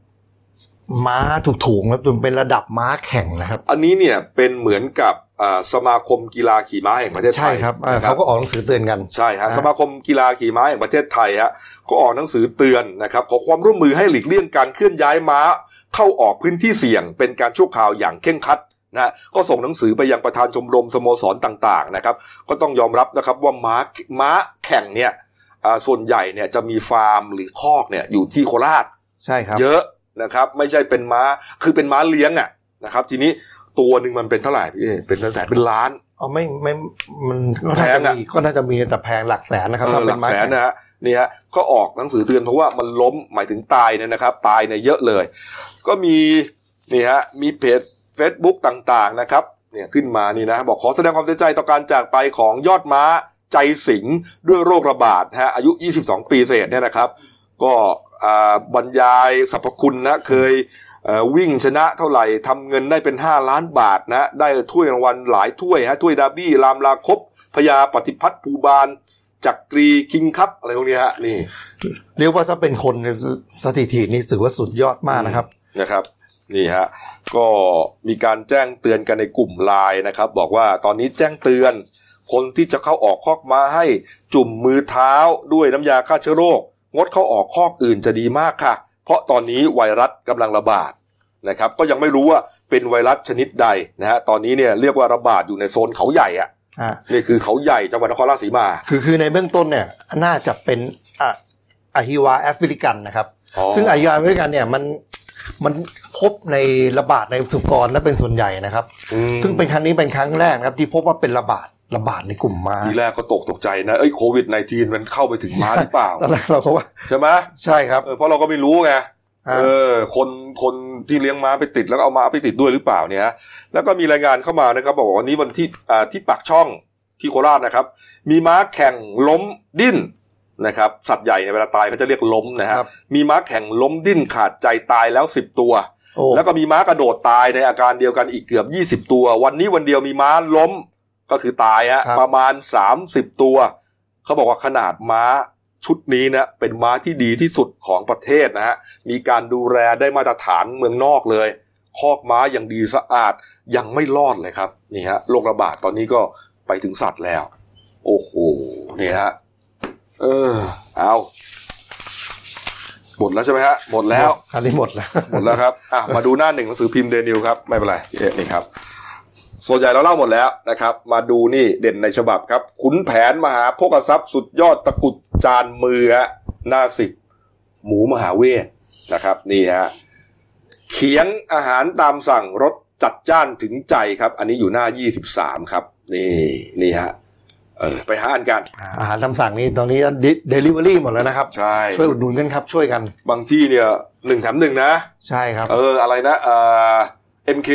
ม้าถูกถูงครับจนเป็นระดับม้าแข่งนะครับ อันนี้เนี่ยเป็นเหมือนกับอ่าสมาคมกีฬาขี่ม้าแห่งประเทศไท ใช่ ย ครับเอ่อ นะ เขาก็ออกหนังสือเตือนกัน ใช่ฮะ อ่า สมาคมกีฬาขี่ม้าแห่งประเทศไทยฮะก็ออกหนังสือเตือนนะครับขอความร่วมมือให้หลีกเลี่ยงการเคลื่อนย้ายม้า เข้าออกพื้นที่เสี่ยง เป็นการชั่วคราวอย่างเคร่งครัดนะฮะก็ส่งหนังสือไปยังประธานชมรมสโมสรต่างๆนะครับ ก็ต้องยอมรับนะครับว่าม้าม้าแข่งเนี่ยอ่าส่วนใหญ่เนี่ยจะมีฟาร์มหรือคอกเนี่ยอยู่ที่โคราช ใช่ครับ เยอะนะครับ ไม่ใช่เป็นม้าคือเป็นม้าเลี้ยงอ่ะนะครับ ทีนี้ตัวหนึ่งมันเป็นเท่าไหร่พี่เป็นแสนๆเป็นล้าน เอาไม่ไม่มันก็น่าจะ แพงอะ มีก็น่าจะมีแต่แพงหลักแสนนะครับ เอ ถ้า อห เป็ ลักนไม้ แสน แข็ง นะฮะนี่ฮะก็ออกหนังสือเตือนเพราะว่ามันล้มหมายถึงตายเนี่ยนะครับ ตายเนี่ยเยอะเลย ก็มีนี่ฮะมีเพจ Facebook ต่างๆนะครับเนี่ยขึ้นมานี่นะ บอกขอแสดงความเสียใจต่อการจากไปของยอดม้าใจสิงห์ด้วยโรคระบาดนะฮะอายุ 22 ปีเศษเนี่ยนะครับ ก็อ่าบรรยายสรรพคุณนะเคย เอ่อวิ่งชนะเท่าไหร่ทำเงินได้เป็น 5 ล้านบาทนะฮะได้ถ้วยรางวัลหลายถ้วยฮะถ้วยดาร์บี้รามลาคบพญาปฏิพัฒน์ภูบาลจักรีคิงคัพอะไรพวกนี้ฮะนี่ เรียกว่าถ้าเป็นคนเนี่ยสสถิตินี่ถือว่าสุดยอดมากนะครับ นะครับ นี่ฮะก็มีการแจ้งเตือนกันในกลุ่มไลน์นะครับ บอกว่าตอนนี้แจ้งเตือน คนที่จะเข้าออกคอกม้าให้จุ่มมือเท้าด้วยน้ำยาฆ่าเชื้อโรค งดเข้าออกคอกอื่นจะดีมากค่ะ เพราะตอนนี้ไวรัสกำลังระบาด นะครับก็ยังไม่รู้ว่าเป็นไวรัสชนิดใดนะฮะตอนนี้เนี่ยเรียกว่าระบาดอยู่ในโซนเขาใหญ่อะ อ่า นี่คือเขาใหญ่จังหวัดนครราชสีมา คือคือในเบื้องต้นเนี่ยน่าจะเป็นอะอะฮิวาแอฟริกันนะครับ ซึ่งอะฮิวาแอฟริกันเนี่ยมันมันพบในระบาดในสุกรและเป็นส่วนใหญ่นะครับ อืม ซึ่งเป็นครั้งนี้เป็นครั้งแรกนะครับ ที่พบว่าเป็นระบาดระบาดในกลุ่มม้า ทีแรกก็ตกตกใจนะเอ้ยโควิด -19 มันเข้าไปถึงม้าหรือเปล่า ตอนแรกเราก็ว่า ใช่ไหม ใช่ครับ เออเพราะเราก็ไม่รู้ไง อ่า เออคนคนที่เลี้ยงม้าไปติดแล้วก็เอาม้าไปติดด้วยหรือเปล่าเนี่ยฮะแล้วก็มีรายงานเข้ามานะครับบอกว่าวันนี้วันที่อ่าที่ปากช่องที่โคราชนะครับ มีม้าแข่งล้มดิ้นนะครับ สัตว์ใหญ่ในยเวลาตายเขาจะเรียกล้มนะฮะมีม้าแข่งล้มดิ้นขาดใจตายแล้วสิบตัว โอ้ แล้วก็มีม้ากระโดดตายในอาการเดียวกันอีกเกือบ 20 ตัว วันนี้วันเดียวมีม้าล้มก็คือตายฮะประมาณ 30 ตัว เขาบอกว่าขนาดม้า ชุดนี้นะเป็นม้าที่ดีที่สุดของประเทศนะฮะมีการดูแลได้มาตรฐานเมืองนอกเลย คอกม้าอย่างดีสะอาดยังไม่รอดเลยครับนี่ฮะโรคระบาดตอนนี้ก็ไปถึงสัตว์แล้ว โอ้โหนี่ฮะเออเอาหมดแล้วใช่ไหมฮะหมดแล้ว อันนี้หมดแล้ว หมดแล้วครับ อ่ะ มาดูหน้าหนึ่งหนังสือพิมพ์เดนิวครับ ไม่เป็นไรเอ๊ะนี่ครับส่วนใหญ่เราเล่าหมดแล้วนะครับ มาดูนี่เด่นในฉบับครับ ขุนแผนมหาพกทรัพย์สุดยอดตะกรุดจานมือฮะหน้าสิบหมูมหาเวทนะครับ นี่ฮะเขียงอาหารตามสั่งรสจัดจ้านถึงใจครับ อันนี้อยู่หน้ายี่สิบสามครับ นี่นี่ฮะเออไปหาอ่านกัน อาหารตามสั่งนี่ตอนนี้เดลิเวอรี่หมดแล้วนะครับ ใช่ ช่วยอุดหนุนกันครับ ช่วยกัน บางที่เนี่ยหนึ่งแถมหนึ่งนะ ใช่ครับ เออ อะไรนะเอ่อ MK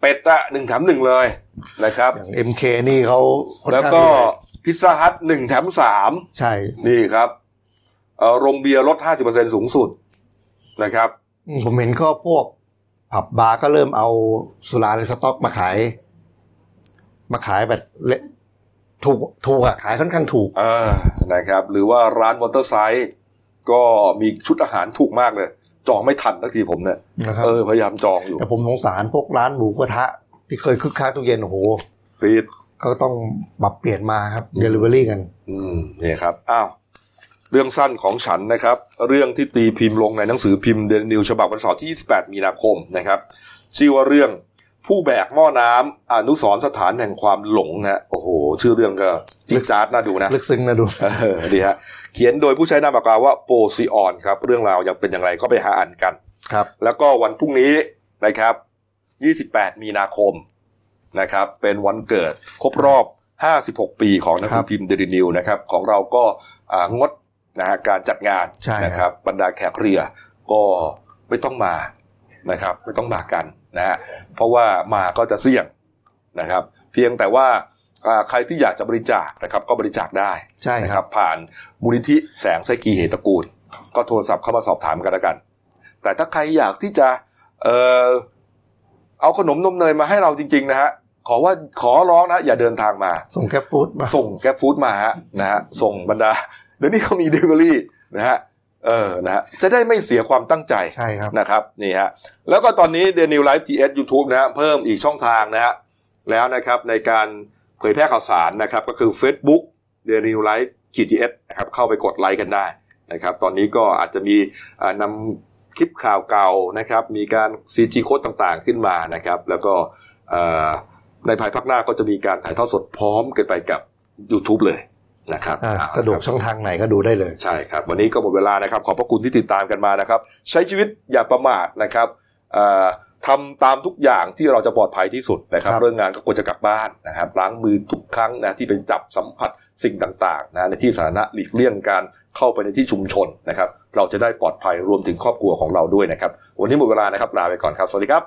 เป็ดอะหนึ่งแถมหนึ่งเลยนะครับ อย่าง MK นี่เขาค่อน แล้ว ข้าง ก็พิซซ่าฮัทหนึ่งแถมสาม ใช่ นี่ครับเอ่อโรงเบียร์ลดห้าสิบเปอร์เซ็นสูงสุดนะครับ อืมผมเห็นก็พวกผับบาร์ก็เริ่มเอาสุราในสต็อกมาขาย มาขายแบบเละถูกถูกอะขายค่อนข้างถูก เออนะครับ หรือว่าร้านมอเตอร์ไซค์ก็มีชุดอาหารถูกมากเลย จองไม่ทันสักทีผมเนี่ย นะครับ เออ พยายามจองอยู่ แต่ผมสงสารพวกร้านหมูกระทะ ที่เคยคึกคักทุกเย็นโอ้โห ปิด ก็ต้องปรับเปลี่ยนมาครับเดลิเวอรี่กัน อืมนี่ครับ อ้าว เรื่องสั้นของฉันนะครับ เรื่องที่ตีพิมพ์ลงในหนังสือพิมพ์เดลนิวฉบับวันเสาร์ที่ 28 มีนาคมนะครับ ชื่อว่าเรื่องผู้แบกหม้อน้ำอนุสรณ์สถานแห่งความหลงฮะโอ้โห ชื่อเรื่องก็จิกซาร์ดน่าดูนะ ลึกซึ้งนะดู เออดีฮะ เขียนโดยผู้ใช้นามปากกาว่าโปซิออนครับ เรื่องราวยังเป็นอย่างไรก็ไปหาอ่านกัน ครับ แล้วก็วันพรุ่งนี้นะครับ 28 มีนาคมนะครับ เป็นวันเกิดครบรอบ 56 ปีของหนักสือพิมพ์เดลินิวนะครับ ของเราก็อ่างดนะฮะการจัดงาน ใช่ครับ นะครับ บรรดาแขกเรือก็ไม่ต้องมานะครับ ไม่ต้องมากันนะฮะเพราะว่ามาก็จะเสี่ยงนะครับ เพียงแต่ว่าอ่าใครที่อยากจะบริจาคนะครับ ก็บริจาคได้ ใช่ นะ ค ค รั รับ บผ่านมูลนิธิแสงไซกีเหตุตระกูล ก็โทรศัพท์เข้ามาสอบถามกันแล้วกัน แต่ถ้าใครอยากที่จะเออเอาขนมนมเนยมาให้เราจริง ๆ นะฮะ ขอว่าขอร้องนะ อย่าเดินทางมา ส่งแคปฟู้ดมา ส่งแกร็บฟู้ดมาฮะนะฮะส่งบรรดา เดี๋ยวนี้เขามีเดลิเวอรี่นะฮะเออนะฮะจะได้ไม่เสียความตั้งใจ ใช่ครับ นะครับนี่ฮะแล้วก็ตอนนี้เดนิวไลฟ์ทีเอสยูทูบนะฮะเพิ่มอีกช่องทางนะฮะแล้วนะครับในการเผยแพร่ข่าวสารนะครับก็คือ Facebook เดนิวไลฟ์ขีดทีเอสนะครับเข้าไปกดไลค์กันได้นะครับตอนนี้ก็อาจจะมีอ่านำคลิปข่าวเก่านะครับมีการ CG โค้ดต่างๆขึ้นมานะครับแล้วก็เอ่อในภายภาคหน้าก็จะมีการถ่ายทอดสดพร้อมกันไปกับ YouTube เลยนะครับ อ่า อ่ สะดวกช่องทางไหนก็ดูได้เลย ใช่ครับ วันนี้ก็หมดเวลานะครับ ขอบพระคุณที่ติดตามกันมานะครับ ใช้ชีวิตอย่าประมาทนะครับเอ่อทำตามทุกอย่างที่เราจะปลอดภัยที่สุดนะครับ ครับ เรื่องงานก็ควรจะกลับบ้านนะครับล้างมือทุกครั้งนะที่เป็นจับสัมผัสสิ่งต่างๆนะในที่สาธารณะหลีกเลี่ยงการเข้าไปในที่ชุมชนนะครับ เราจะได้ปลอดภัยรวมถึงครอบครัวของเราด้วยนะครับ วันนี้หมดเวลานะครับลาไปก่อนครับสวัสดีครับ